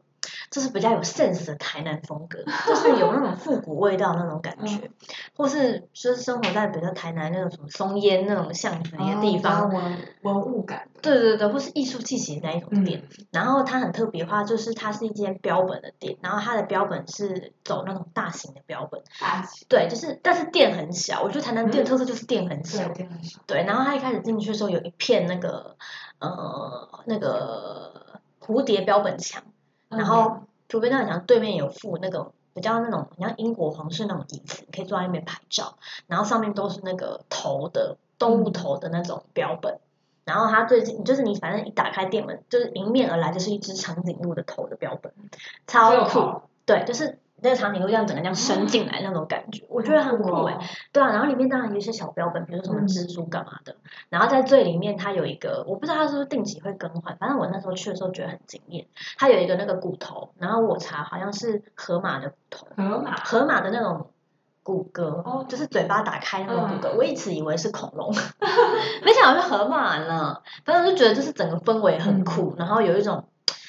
Speaker 3: 就是比较有 sense 的台南风格，就是有那种复古味道那种感觉，
Speaker 4: 嗯
Speaker 3: 或是就是生活在比较台南那种什么松烟那种巷子里的地方，
Speaker 4: 哦比较文文物感的，
Speaker 3: 对对对，或是艺术气息那一种
Speaker 4: 嗯
Speaker 3: 店。然后它很特别的话，就是它是一间标本的店，然后它的标本是走那种大型的标本，
Speaker 4: 大气，
Speaker 3: 对，就是但是店很小，我觉得台南店的特色就是店很小。
Speaker 4: 对，店很小，
Speaker 3: 对，然后他一开始进去的时候有一片那个呃那个蝴蝶标本墙，然后
Speaker 4: 嗯
Speaker 3: 图片那墙对面有附那种比较那种很像英国皇室那种椅子，你可以坐在那边拍照，然后上面都是那个头的动物头的那种标本。然后它最近就是你反正一打开店门，就是迎面而来就是一只长颈鹿的头的标本，
Speaker 4: 只
Speaker 3: 超
Speaker 4: 有
Speaker 3: 酷。
Speaker 4: 头
Speaker 3: 对，就是那个长颈鹿这样整个这样伸进来那种感觉，我觉得很酷哎、
Speaker 4: 哦
Speaker 3: 对啊，然后里面当然有一些小标本，比如说什么
Speaker 4: 嗯
Speaker 3: 蜘蛛干嘛的。然后在最里面，它有一个，我不知道它是不是定期会更换，反正我那时候去的时候觉得很惊艳。它有一个那个骨头，然后我查好像是河马的骨头，
Speaker 4: 河马，
Speaker 3: 河马的那种骨骼，
Speaker 4: 哦嗯
Speaker 3: 就是嘴巴打开那种骨骼。我一直以为是恐 龙，没想到是河马呢。反正我就觉得就是整个氛围
Speaker 4: 嗯
Speaker 3: 很酷，然后有一种，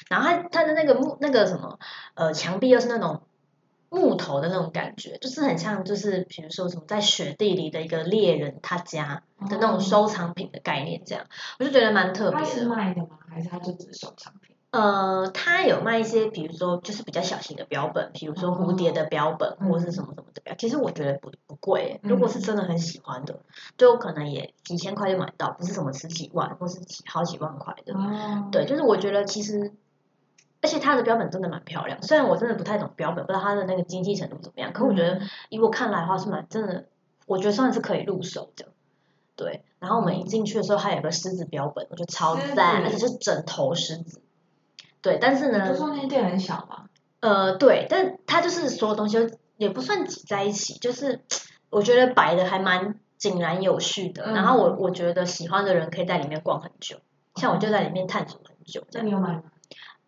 Speaker 3: 然后它它的那个木那个什么呃墙壁又是那种。木头的那种感觉，就是很像，就是比如说什么在雪地里的一个猎人他家的那种
Speaker 4: 哦
Speaker 3: 收藏品的概念，这样我就觉得蛮特别
Speaker 4: 它
Speaker 3: 的。
Speaker 4: 是卖的吗？还是它就只是收藏品？
Speaker 3: 呃，它有卖一些，比如说就是比较小型的标本，比如说蝴蝶的标本、
Speaker 4: 嗯
Speaker 3: 或者是什么什么的标，其实我觉得不不贵耶，
Speaker 4: 嗯
Speaker 3: 如果是真的很喜欢的，就可能也几千块就买到，不是什么十几万或是几好几万块的。
Speaker 4: 哦，
Speaker 3: 对，就是我觉得其实，而且它的标本真的蛮漂亮，虽然我真的不太懂标本，不知道它的那个精细程度怎么样，可我
Speaker 4: 嗯
Speaker 3: 觉得以我看来的话是蛮真的，我觉得算是可以入手的。对，然后我们一进去的时候，还有个狮子标本，我觉得超
Speaker 4: 狮
Speaker 3: 赞，
Speaker 4: 子
Speaker 3: 而且是整头狮子。对，但是
Speaker 4: 你不
Speaker 3: 呢
Speaker 4: 是，说那店很小吗？
Speaker 3: 呃，对，但它就是所有东西都也不算挤在一起，就是我觉得摆的还蛮井然有序
Speaker 4: 嗯
Speaker 3: 的。然后我我觉得喜欢的人可以在里面逛很久，像我就在里面探索很久这
Speaker 4: 那
Speaker 3: 样。
Speaker 4: 你有买吗？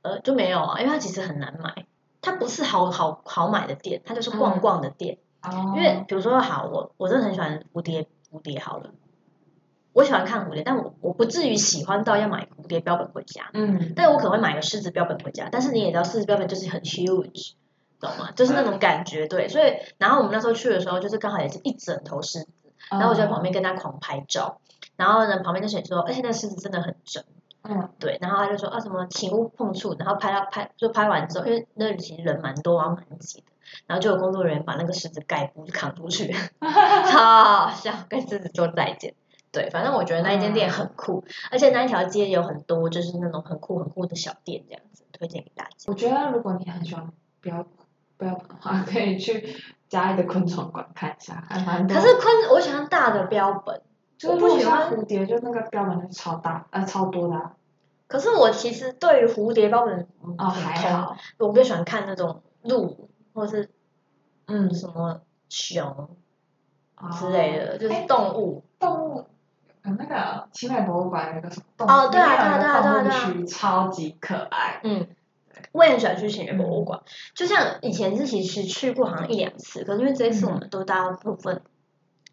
Speaker 3: 呃，就没有啊，因为它其实很难买，它不是好好好买的店，它就是逛
Speaker 4: 嗯
Speaker 3: 逛的店。
Speaker 4: 哦，
Speaker 3: 因为比如说，好，我我真的很喜欢蝴蝶，蝴蝶好了，我喜欢看蝴蝶，但我我不至于喜欢到要买蝴蝶标本回家，
Speaker 4: 嗯，
Speaker 3: 但我可能会买个狮子标本回家。但是你也知道，狮子标本就是很 huge，懂吗？就是那种感觉，对。所以，然后我们那时候去的时候，就是刚好也是一整头狮子，然后我就在旁边跟他狂拍照，然后呢，旁边就写说，而哎且那狮子真的很正。
Speaker 4: 嗯，
Speaker 3: 对，然后他就说啊什么请勿碰触，然后拍到拍就拍完之后，因为那里其实人蛮多，然后蛮挤的，然后就有工作人员把那个狮子盖布就扛出 去，超好笑，跟狮子说再见。对，反正我觉得那一间店很酷，而且那一条街有很多就是那种很酷很酷的小店，这样子推荐给大家
Speaker 4: 我。觉得如果你很喜欢标标本的话，可以去家里的昆虫馆看一下，还蛮多。
Speaker 3: 可是昆，我喜欢大的标本，
Speaker 4: 就是
Speaker 3: 我
Speaker 4: 如
Speaker 3: 不
Speaker 4: 果
Speaker 3: 喜欢
Speaker 4: 像蝴蝶，就那个标本就超大，呃，超多的啊，
Speaker 3: 可是我其实对于蝴蝶标本嗯
Speaker 4: 哦，
Speaker 3: 普
Speaker 4: 还
Speaker 3: 通，
Speaker 4: 好，
Speaker 3: 我比较喜欢看那种鹿或是
Speaker 4: 嗯
Speaker 3: 什么熊之类的，就是
Speaker 4: 哎
Speaker 3: 动物。
Speaker 4: 动物，有那个奇美博物馆有一个什么动物，
Speaker 3: 哦对啊
Speaker 4: 里面有一个
Speaker 3: 对啊对啊对啊
Speaker 4: 动物区超级可爱，
Speaker 3: 嗯，我也很喜欢去
Speaker 4: 嗯
Speaker 3: 情人博物馆。就像以前是其实去过好像一两次，可是因为这一次
Speaker 4: 嗯
Speaker 3: 我们都大部分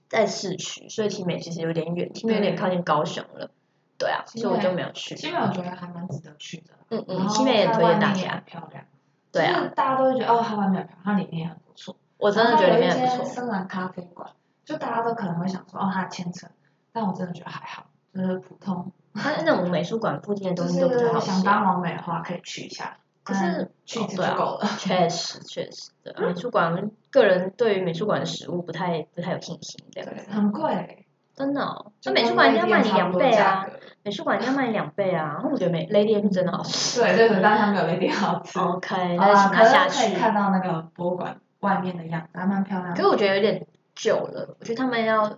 Speaker 3: 在市区，所以体美其实有点远，体美有点靠近高雄了。对啊，所以我就没有去。
Speaker 4: 嗯奇美我觉得还蛮值得去的，
Speaker 3: 嗯
Speaker 4: 然
Speaker 3: 嗯，
Speaker 4: 后
Speaker 3: 体美也推荐
Speaker 4: 它
Speaker 3: 大
Speaker 4: 外面也很
Speaker 3: 家。
Speaker 4: 漂亮，
Speaker 3: 对
Speaker 4: 就
Speaker 3: 啊
Speaker 4: 是，大家都会觉得哦，它外面很漂亮，它里面也很不错，
Speaker 3: 我真的觉得里面
Speaker 4: 然后还
Speaker 3: 很
Speaker 4: 有
Speaker 3: 不
Speaker 4: 一间
Speaker 3: 错。
Speaker 4: 深蓝咖啡馆，就大家都可能会想说哦，它千层，但我真的觉得还好，就是普通，
Speaker 3: 它那种美术馆附近的
Speaker 4: 就
Speaker 3: 东西都比较好
Speaker 4: 是想
Speaker 3: 吃。
Speaker 4: 当王美的话可以去一下，
Speaker 3: 可是
Speaker 4: 但去一
Speaker 3: 哦
Speaker 4: 次
Speaker 3: 对啊
Speaker 4: 就够了。
Speaker 3: 确实，确实的，美术馆个人对于美术馆的食物不太不太有信心，这样
Speaker 4: 对，
Speaker 3: 子。
Speaker 4: 很贵。
Speaker 3: 真的、哦，
Speaker 4: 就
Speaker 3: 啊那美术
Speaker 4: 跟
Speaker 3: 馆一定要卖
Speaker 4: Lady
Speaker 3: 你
Speaker 4: M 差
Speaker 3: 两
Speaker 4: 不多
Speaker 3: 倍
Speaker 4: 价
Speaker 3: 啊
Speaker 4: 格！！
Speaker 3: 美术馆一定要卖你两倍啊！然后我觉得美 Lady M 真的好吃。
Speaker 4: 对对对，但它没有 Lady 好吃。
Speaker 3: OK，
Speaker 4: 好
Speaker 3: 哦那
Speaker 4: 啦
Speaker 3: 请他下
Speaker 4: 可是可以
Speaker 3: 去。
Speaker 4: 看到那个博物馆外面的样子，还蛮漂亮
Speaker 3: 可
Speaker 4: 的。
Speaker 3: 是我觉得有点久了，我觉得他们要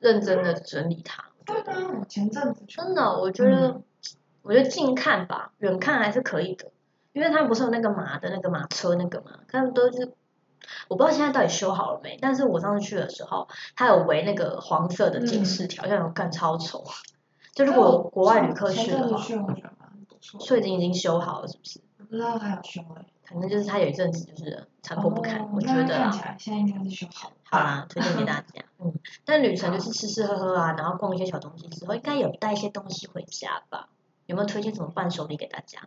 Speaker 3: 认真的整理它。我觉
Speaker 4: 对
Speaker 3: 得
Speaker 4: 啊，我前阵子去，
Speaker 3: 真的，我觉得、
Speaker 4: 嗯
Speaker 3: 我觉得近看吧，远看还是可以的，因为他们不是有那个马的那个马车那个嘛，他们都是。我不知道现在到底修好了没，但是我上次去的时候，它有围那个黄色的警示
Speaker 4: 嗯
Speaker 3: 条，像有干超丑。啊就如果国外旅客去
Speaker 4: 啊哦前阵
Speaker 3: 的
Speaker 4: 子
Speaker 3: 话，
Speaker 4: 去我觉得蛮不错的。
Speaker 3: 所以已经已经修好了，是不是？
Speaker 4: 我不知道还有修哎。
Speaker 3: 反正就是它有一阵子就是残破不堪，
Speaker 4: 哦
Speaker 3: 我觉
Speaker 4: 那
Speaker 3: 得
Speaker 4: 看
Speaker 3: 啊
Speaker 4: 起来现在应该是修好了。
Speaker 3: 好啦，推荐给大家。嗯，但旅程就是吃吃喝喝啊，然后逛一些小东西之后，应该有带一些东西回家吧？有没有推荐什么伴手礼给大家？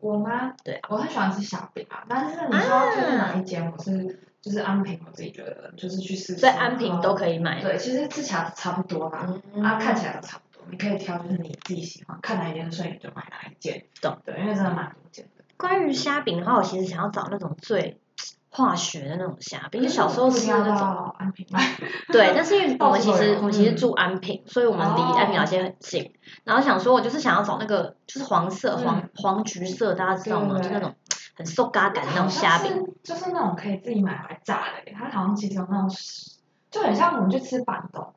Speaker 4: 我吗？
Speaker 3: 对啊，
Speaker 4: 我很喜欢吃小饼啊，但是你说就是哪一间，我是就是安平，我自己觉得就是去试吃，
Speaker 3: 所以安平都可以买。
Speaker 4: 以哦对，其实吃起来差不多啦，
Speaker 3: 嗯
Speaker 4: 啊，看起来都差不多，你可以挑就是你自己喜欢，看哪一间顺眼就买哪一间。
Speaker 3: 懂，
Speaker 4: 对，因为真的蛮多间的。
Speaker 3: 关于虾饼的话，我其实想要找那种最化学的那种虾饼，
Speaker 4: 因
Speaker 3: 因为小时候吃的那种。
Speaker 4: 到安平买，
Speaker 3: 对， 但是因为我们
Speaker 4: 到
Speaker 3: 其
Speaker 4: 处都
Speaker 3: 实
Speaker 4: 有
Speaker 3: 我们其实
Speaker 4: 嗯
Speaker 3: 住安平，所以我们离
Speaker 4: 哦
Speaker 3: 安平老街很近。然后想说，我就是想要找那个就是黄色、黄黄橘色，大家知道吗？
Speaker 4: 嗯对
Speaker 3: 就
Speaker 4: 对
Speaker 3: 那种很瘦嘎感的那种虾 饼。，
Speaker 4: 就是那种可以自己买来炸的耶，它好像其实有那种，就很像我们去吃板豆，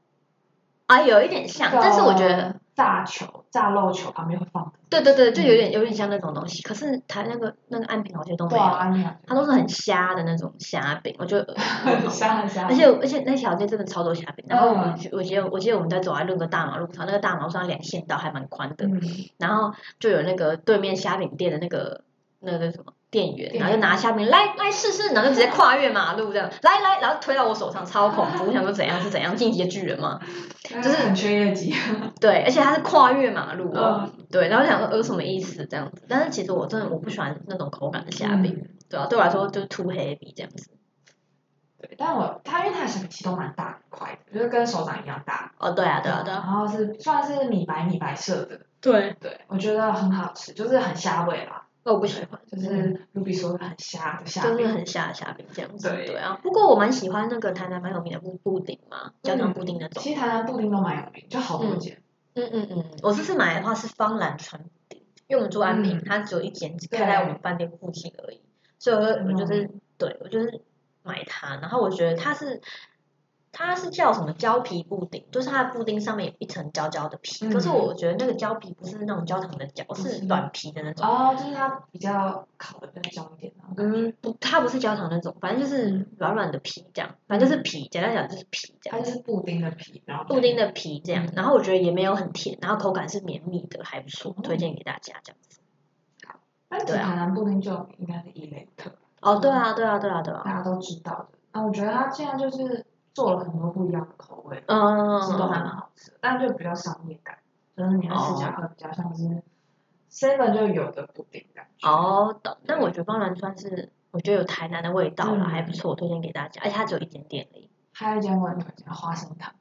Speaker 3: 啊，有一点像，但是我觉得，
Speaker 4: 炸球、炸肉球旁边会放的，
Speaker 3: 对对对，就有点有点像那种东西。可是台那个那个安平老街都没
Speaker 4: 嗯对
Speaker 3: 有，
Speaker 4: 啊，安平老街
Speaker 3: 它都是很虾的那种虾饼， 我觉得
Speaker 4: 很香很香，
Speaker 3: 而且而且那条街真的超多虾饼，然后我们
Speaker 4: 嗯
Speaker 3: 去我记得我记得我们在走在那个大马路上，那个大马路上两线道还蛮宽的，
Speaker 4: 嗯，
Speaker 3: 然后就有那个对面虾饼店的那个那个什么店员，
Speaker 4: 店员
Speaker 3: 然后就拿虾饼来来试试，然后就直接跨越马路这样，来来，然后推到我手上，超恐怖！我想说怎样是怎样进阶巨人嘛？
Speaker 4: 就是很缺业绩，
Speaker 3: 对，而且他是跨越马路哦，
Speaker 4: 嗯，
Speaker 3: 对，然后想说呃什么意思这样子，但是其实我真的我不喜欢那种口感的虾饼，
Speaker 4: 嗯
Speaker 3: 对啊，对我来说就是 too heavy 这样子。
Speaker 4: 对，但我它因为它的小饼其实都蛮大块的，就是跟手掌一样大，
Speaker 3: 哦，对啊，对啊，对
Speaker 4: 然
Speaker 3: 啊，
Speaker 4: 后是算是米白米白色的，
Speaker 3: 对，
Speaker 4: 嗯对我觉得很好吃，就是很虾味啦，
Speaker 3: 哦我不喜欢，
Speaker 4: 就是 Ruby 说嗯的很虾的虾
Speaker 3: 就是
Speaker 4: 饼，
Speaker 3: 很虾的虾饼这样子，
Speaker 4: 对
Speaker 3: 对啊。不过我蛮喜欢那个台南蛮有名的布布丁嘛，焦糖布丁那种。
Speaker 4: 嗯其实台南布丁都蛮有名，就好多
Speaker 3: 嗯
Speaker 4: 间，
Speaker 3: 嗯嗯嗯，我这次买的话是芳兰川布丁，因为我们住安平，
Speaker 4: 嗯
Speaker 3: 它只有一间只
Speaker 4: 对
Speaker 3: 开在我们饭店附近而已，所以我就我就是、
Speaker 4: 嗯
Speaker 3: 对我就是买它，然后我觉得它是它是叫什么胶皮布丁，就是它的布丁上面有一层焦焦的皮，可是
Speaker 4: 嗯
Speaker 3: 我觉得那个胶皮不是那种焦糖的焦，是
Speaker 4: 嗯
Speaker 3: 软皮的那种，
Speaker 4: 哦，就是它比较烤的比较焦一点，然后
Speaker 3: 嗯，不，它不是焦糖那种，反正
Speaker 4: 嗯
Speaker 3: 就是软软的皮这样，反正就是皮，简单讲就是皮这样
Speaker 4: 它。就是布丁的皮，然后
Speaker 3: 布丁的皮这样
Speaker 4: 嗯，
Speaker 3: 然后我觉得也没有很甜，然后口感是绵密的，还不错，
Speaker 4: 哦
Speaker 3: 推荐给大家这样子。
Speaker 4: 但
Speaker 3: 对啊
Speaker 4: 台南布丁就应该是伊雷特，
Speaker 3: 哦，对啊，对啊，对啊，对啊，
Speaker 4: 大家都知道的。那我觉得它现在就是做了很多不一样的口味，
Speaker 3: 嗯，
Speaker 4: 其实都还蛮好吃的，但就比较商业感，就是你的视角会比较像是 seven 就有的布丁感觉。，
Speaker 3: 哦，懂。但我觉得棒兰川是，我觉得有台南的味道啦，
Speaker 4: 嗯
Speaker 3: 还不错，推荐给大家。而且它只有一间店而已，
Speaker 4: 还有一间我很推荐花生糖，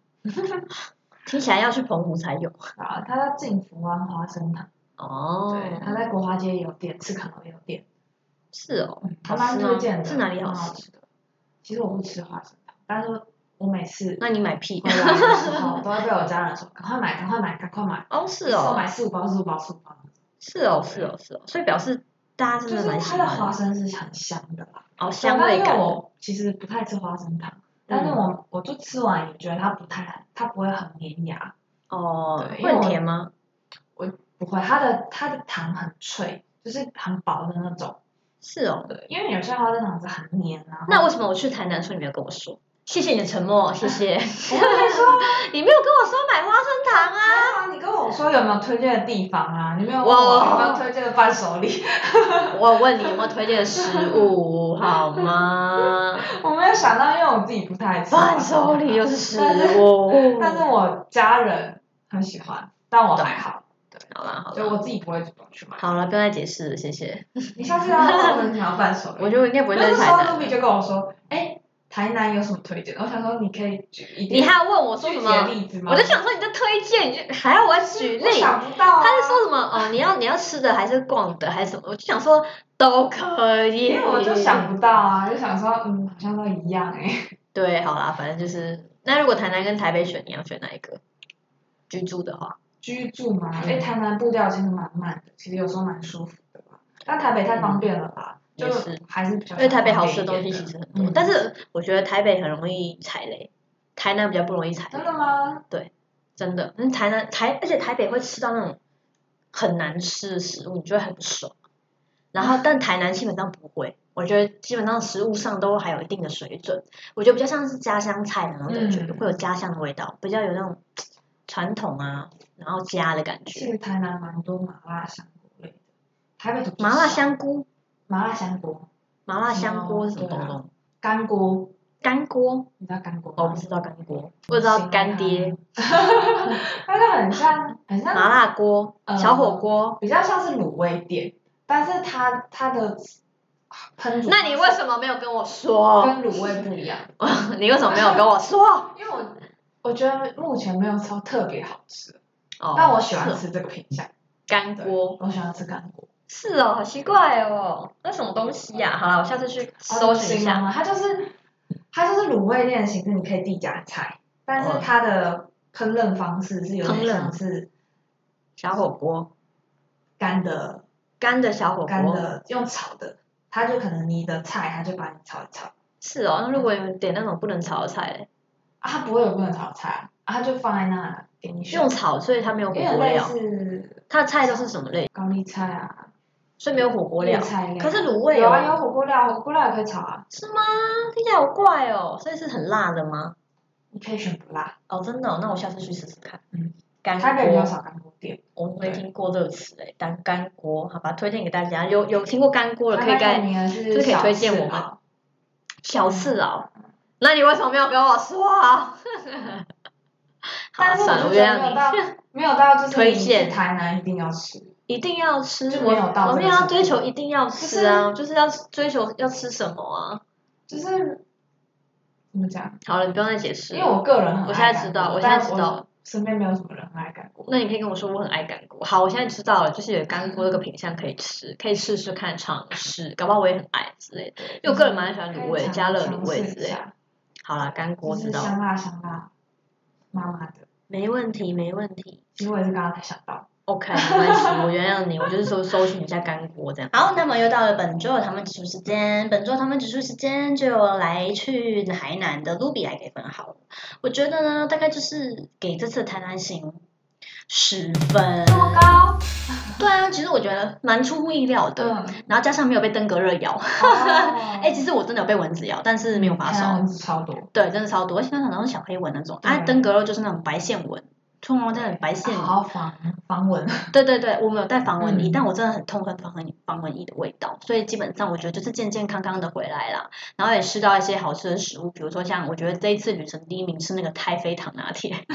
Speaker 3: 听起来要去澎湖才有。
Speaker 4: 啊，它叫静福湾花生糖，
Speaker 3: 哦，
Speaker 4: 对，它在国华街也有店，赤坎楼也有店，
Speaker 3: 是哦，
Speaker 4: 嗯还
Speaker 3: 好
Speaker 4: 蛮
Speaker 3: 吃
Speaker 4: 推
Speaker 3: 吗
Speaker 4: 荐的，嗯
Speaker 3: 是哪里好
Speaker 4: 蛮好吃的？其实我不吃花生糖，但是我每次
Speaker 3: 那你买屁
Speaker 4: 回？来的时候，都会被我家人说：“赶快买，赶快买，赶快买！”
Speaker 3: 哦，是
Speaker 4: 我
Speaker 3: 哦
Speaker 4: 买，四五包，四五包，四五包。
Speaker 3: 是哦，是哦，是哦，所以表示大家真
Speaker 4: 就是
Speaker 3: 的蛮喜
Speaker 4: 它的花
Speaker 3: 欢
Speaker 4: 生是很香的啦，
Speaker 3: 哦，香
Speaker 4: 但
Speaker 3: 味
Speaker 4: 因为
Speaker 3: 感嗯的。
Speaker 4: 我其实不太吃花生糖，但是我我就吃完也觉得它不太，它不会很粘牙，
Speaker 3: 哦，
Speaker 4: 对因
Speaker 3: 会
Speaker 4: 为
Speaker 3: 很
Speaker 4: 我
Speaker 3: 甜吗？
Speaker 4: 不会，它的它的糖很脆，就是很薄的那种。
Speaker 3: 是哦，
Speaker 4: 对，因为有些花生糖是很黏啊。
Speaker 3: 那为什么我去台南的时候你没有跟我说？谢谢你的沉 默，谢谢。
Speaker 4: 我跟你说，
Speaker 3: 你没有跟我说买花生糖啊？
Speaker 4: 还好你跟我说有没有推荐的地方啊？你没有问
Speaker 3: 哇
Speaker 4: 我有没有推荐的伴手礼，
Speaker 3: 我问你有没有推荐的食 物好 吗？
Speaker 4: 我没有想到，因为我自己不太吃。
Speaker 3: 伴手礼又是食 物，
Speaker 4: 但是我家人很喜欢，但我还好，
Speaker 3: 好啦好
Speaker 4: 就
Speaker 3: 啦，
Speaker 4: 我自己不会主动去买。
Speaker 3: 好了，不用再解释了，谢谢。
Speaker 4: 你下次要我们要伴手
Speaker 3: 我
Speaker 4: 礼，
Speaker 3: 觉得我应该不会再
Speaker 4: 那
Speaker 3: 去
Speaker 4: 时
Speaker 3: 台
Speaker 4: 候
Speaker 3: 南。
Speaker 4: Ruby 就跟我说，哎，台南有什么推荐的？我想说你可以举一点
Speaker 3: 你还要问我说什
Speaker 4: 具体
Speaker 3: 么
Speaker 4: 的？例子吗？
Speaker 3: 我就想说你在推荐，你就还要我举
Speaker 4: 我
Speaker 3: 例？
Speaker 4: 想不到啊。
Speaker 3: 他是说什么？哦，你要你要吃的还是逛的还是什么？我就想说都可以。
Speaker 4: 因为我就想不到啊，就想说嗯，好像都一样哎。
Speaker 3: 对，好啦，反正就是那如果台南跟台北选，你要选哪一个？居住的话，
Speaker 4: 居住嘛，
Speaker 3: 嗯
Speaker 4: 哎，台南步调其实蛮慢的，其实有时候蛮舒服的吧。但台北太方便了
Speaker 3: 嗯
Speaker 4: 吧？
Speaker 3: 也
Speaker 4: 就是还是比较
Speaker 3: 因为台北
Speaker 4: 方
Speaker 3: 好
Speaker 4: 便
Speaker 3: 吃的
Speaker 4: 一
Speaker 3: 东
Speaker 4: 点
Speaker 3: 西
Speaker 4: 的
Speaker 3: 其实很多，
Speaker 4: 嗯
Speaker 3: 但是我觉得台北很容易踩雷，台南比较不容易踩
Speaker 4: 真
Speaker 3: 雷
Speaker 4: 的，吗？
Speaker 3: 真的。因为台南台，而且台北会吃到那种很难吃的食物，你就会很不爽。然 后，但台南基本上不会，我觉得基本上食物上都还有一定的水准。我觉得比较像是家乡菜的啊那种感觉，
Speaker 4: 嗯
Speaker 3: 会有家乡的味道，比较有那种传统啊，然后家的感
Speaker 4: 其
Speaker 3: 觉。
Speaker 4: 实台南蛮多麻辣香锅类的，台北的比较
Speaker 3: 麻辣
Speaker 4: 少
Speaker 3: 香菇，
Speaker 4: 啊麻辣香锅、
Speaker 3: 麻辣香锅是什么
Speaker 4: 哦对
Speaker 3: 东
Speaker 4: 啊
Speaker 3: 东？
Speaker 4: 干锅，
Speaker 3: 干锅，
Speaker 4: 你哦知道干锅吗？
Speaker 3: 我哦不知道干锅，不知道干 爹。
Speaker 4: 啊它就很像，很像
Speaker 3: 麻辣锅、
Speaker 4: 呃
Speaker 3: 小火锅，
Speaker 4: 比较像是卤味店，但是它它的喷煮
Speaker 3: 那你为什么没有跟我 说？
Speaker 4: 跟卤味不一样？
Speaker 3: 你为什么没有跟我说？
Speaker 4: 因为我我觉得目前没有超特别好吃，
Speaker 3: 哦
Speaker 4: 但我喜欢
Speaker 3: 是哦
Speaker 4: 吃这个品相。
Speaker 3: 干
Speaker 4: 对
Speaker 3: 锅。
Speaker 4: 我喜欢吃干锅。
Speaker 3: 是哦，好奇怪哦，那什么东西呀、好了，我下次去搜寻一下。
Speaker 4: 哦它就是它就是卤味店的形式，你可以自己加菜，但是它的烹饪方式是有
Speaker 3: 烹
Speaker 4: 点
Speaker 3: 饪
Speaker 4: 像是
Speaker 3: 小火锅，
Speaker 4: 干的
Speaker 3: 干的小火
Speaker 4: 干
Speaker 3: 锅。
Speaker 4: 的用炒的，它就可能你的菜，它就把你炒一炒。
Speaker 3: 是哦，那如果有人点那种不能炒的菜嘞，
Speaker 4: 啊，它不会有不能炒菜啊，啊它就放在那给你选
Speaker 3: 用，炒，所以它没有火
Speaker 4: 有点
Speaker 3: 锅
Speaker 4: 嗯类
Speaker 3: 料。
Speaker 4: 似
Speaker 3: 它的菜都是什么类？
Speaker 4: 高丽菜啊，
Speaker 3: 所以没有火锅
Speaker 4: 绿
Speaker 3: 料。
Speaker 4: 菜类。
Speaker 3: 可是卤味
Speaker 4: 有啊，
Speaker 3: 哦，
Speaker 4: 有火锅料，火锅料也可以炒啊，
Speaker 3: 是吗？听起来好怪哦，所以是很辣的吗？
Speaker 4: 你可以选不辣。
Speaker 3: 哦，真的哦、那我下次去试试看。
Speaker 4: 嗯，
Speaker 3: 干
Speaker 4: 台北比较
Speaker 3: 哎锅，
Speaker 4: 少干锅店，
Speaker 3: 我没
Speaker 4: 对
Speaker 3: 听过这个词哎，干干锅，好吧，推荐给大家。有有听过干锅的可以
Speaker 4: 改
Speaker 3: 干
Speaker 4: 名的是
Speaker 3: 这可以
Speaker 4: 小嗯
Speaker 3: 推荐
Speaker 4: 吃
Speaker 3: 我们
Speaker 4: 啊
Speaker 3: 小次郎。那你为什么没有跟我说啊？ 好
Speaker 4: 但
Speaker 3: 了，
Speaker 4: 是
Speaker 3: 算
Speaker 4: 我
Speaker 3: 了，
Speaker 4: 就
Speaker 3: 我
Speaker 4: 觉
Speaker 3: 原
Speaker 4: 得
Speaker 3: 谅
Speaker 4: 没有
Speaker 3: 你。
Speaker 4: 到， 没有到就是
Speaker 3: 推
Speaker 4: 你去
Speaker 3: 荐
Speaker 4: 台南一定要吃，
Speaker 3: 一定要吃，
Speaker 4: 就
Speaker 3: 我
Speaker 4: 没有到
Speaker 3: 我
Speaker 4: 这
Speaker 3: 们
Speaker 4: 个
Speaker 3: 要
Speaker 4: 程
Speaker 3: 追
Speaker 4: 度
Speaker 3: 求一定要吃啊，就是要追求要吃什么啊。
Speaker 4: 就是怎么讲？
Speaker 3: 好了，你不要再解释
Speaker 4: 因
Speaker 3: 了。
Speaker 4: 为我个人很
Speaker 3: 我
Speaker 4: 爱
Speaker 3: 现在
Speaker 4: 干
Speaker 3: 知道
Speaker 4: 锅
Speaker 3: 我现在
Speaker 4: 但
Speaker 3: 知道了
Speaker 4: 身边没有什么人爱干锅。
Speaker 3: 那你可以跟我说我很爱干锅。好，我现在知道了，就是有干锅这个品相可以吃，可以试试看尝试，搞不好我也很爱之类的。因为我个人蛮喜欢卤味，加热卤味之类的。
Speaker 4: 的，
Speaker 3: 好啦，干锅
Speaker 4: 就
Speaker 3: 知
Speaker 4: 是
Speaker 3: 道了，
Speaker 4: 香辣香辣，妈妈的。
Speaker 3: 没问题，没问题。
Speaker 4: 其实我也是刚刚才想到，
Speaker 3: OK，没关系，我原谅你，我就是说搜寻一下干锅这样。好，那么又到了本周的糖焖指数时间，本周糖焖指数时间就来去台南的卢比来给分好了。我觉得呢，大概就是给这次的台南行十分。
Speaker 4: 这么高，
Speaker 3: 对啊，其实我觉得蛮出乎意料的，
Speaker 4: 嗯，哦
Speaker 3: 然后加上没有被登革热咬，哎、
Speaker 4: 哎，
Speaker 3: 其实我真的有被蚊子咬，但是没有发烧。
Speaker 4: 超超多，
Speaker 3: 对，真的超多，而且那种小黑蚊那种，啊，
Speaker 4: 嗯对哦
Speaker 3: 登革热就是那种白线蚊，通常在白线
Speaker 4: 好好防防蚊，
Speaker 3: 对对对，我们有带防蚊衣，
Speaker 4: 嗯
Speaker 3: 但我真的很痛恨防蚊防蚊衣的味道，所以基本上我觉得就是健健康康的回来啦，然后也吃到一些好吃的食物，比如说像我觉得这一次旅程第一名是那个太妃糖拿铁，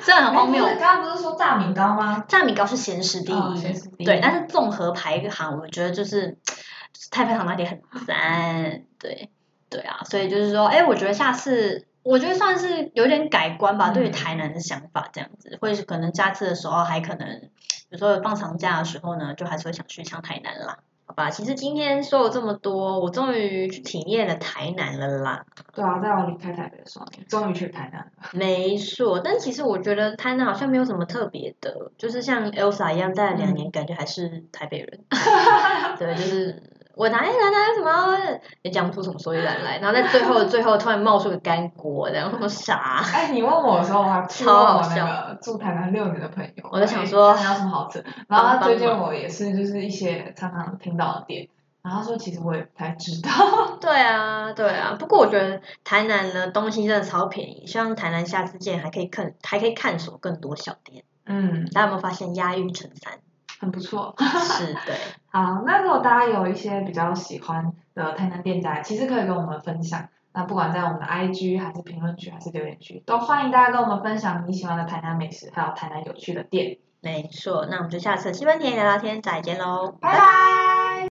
Speaker 3: 虽然很荒谬
Speaker 4: 哎不，是刚刚不是说炸米糕吗？
Speaker 3: 炸米糕是咸食第一，
Speaker 4: 哦咸食第一
Speaker 3: 对，但是综合排行，我觉得就是就是太妃糖拿铁很赞，对对啊，所以就是说，哎，我觉得下次。我觉得算是有点改观吧，
Speaker 4: 嗯
Speaker 3: 对于台南的想法这样子，会是可能下次的时候还可能，有时候放长假的时候呢，就还是会想去一趟台南啦，好吧？其实今天说了这么多，我终于去体验了台南了啦。
Speaker 4: 对啊，在我离开台北的时候，你终于去台南了，
Speaker 3: 没错，但其实我觉得台南好像没有什么特别的，就是像 Elsa 一样待了两年，感觉还是台北人。对，就是我哪里来哪有什么，也讲不出什么所以然来。然后在最后最后突然冒出个干锅，然后我傻。
Speaker 4: 哎，你问我的时候，我还去问
Speaker 3: 超好
Speaker 4: 我
Speaker 3: 笑
Speaker 4: 那个住台南六年的朋友，
Speaker 3: 我在想说
Speaker 4: 哎台南有什么好吃，然后他推荐我也是就是一些常常听到的店，然后他说其实我也不太知道，
Speaker 3: 对啊，对啊。不过我觉得台南呢东西真的超便宜，希望台南下次见还可以看还可以探索更多小店。
Speaker 4: 嗯，
Speaker 3: 大家有没有发现押韵成三？
Speaker 4: 很不错。
Speaker 3: 是，对。
Speaker 4: 好，那如果大家有一些比较喜欢的台南店家，其实可以跟我们分享。那不管在我们的 IG 还是评论区还是留言区，都欢迎大家跟我们分享你喜欢的台南美食，还有台南有趣的店。
Speaker 3: 没错，那我们就下次西班牙聊聊天再见喽，
Speaker 4: 拜拜。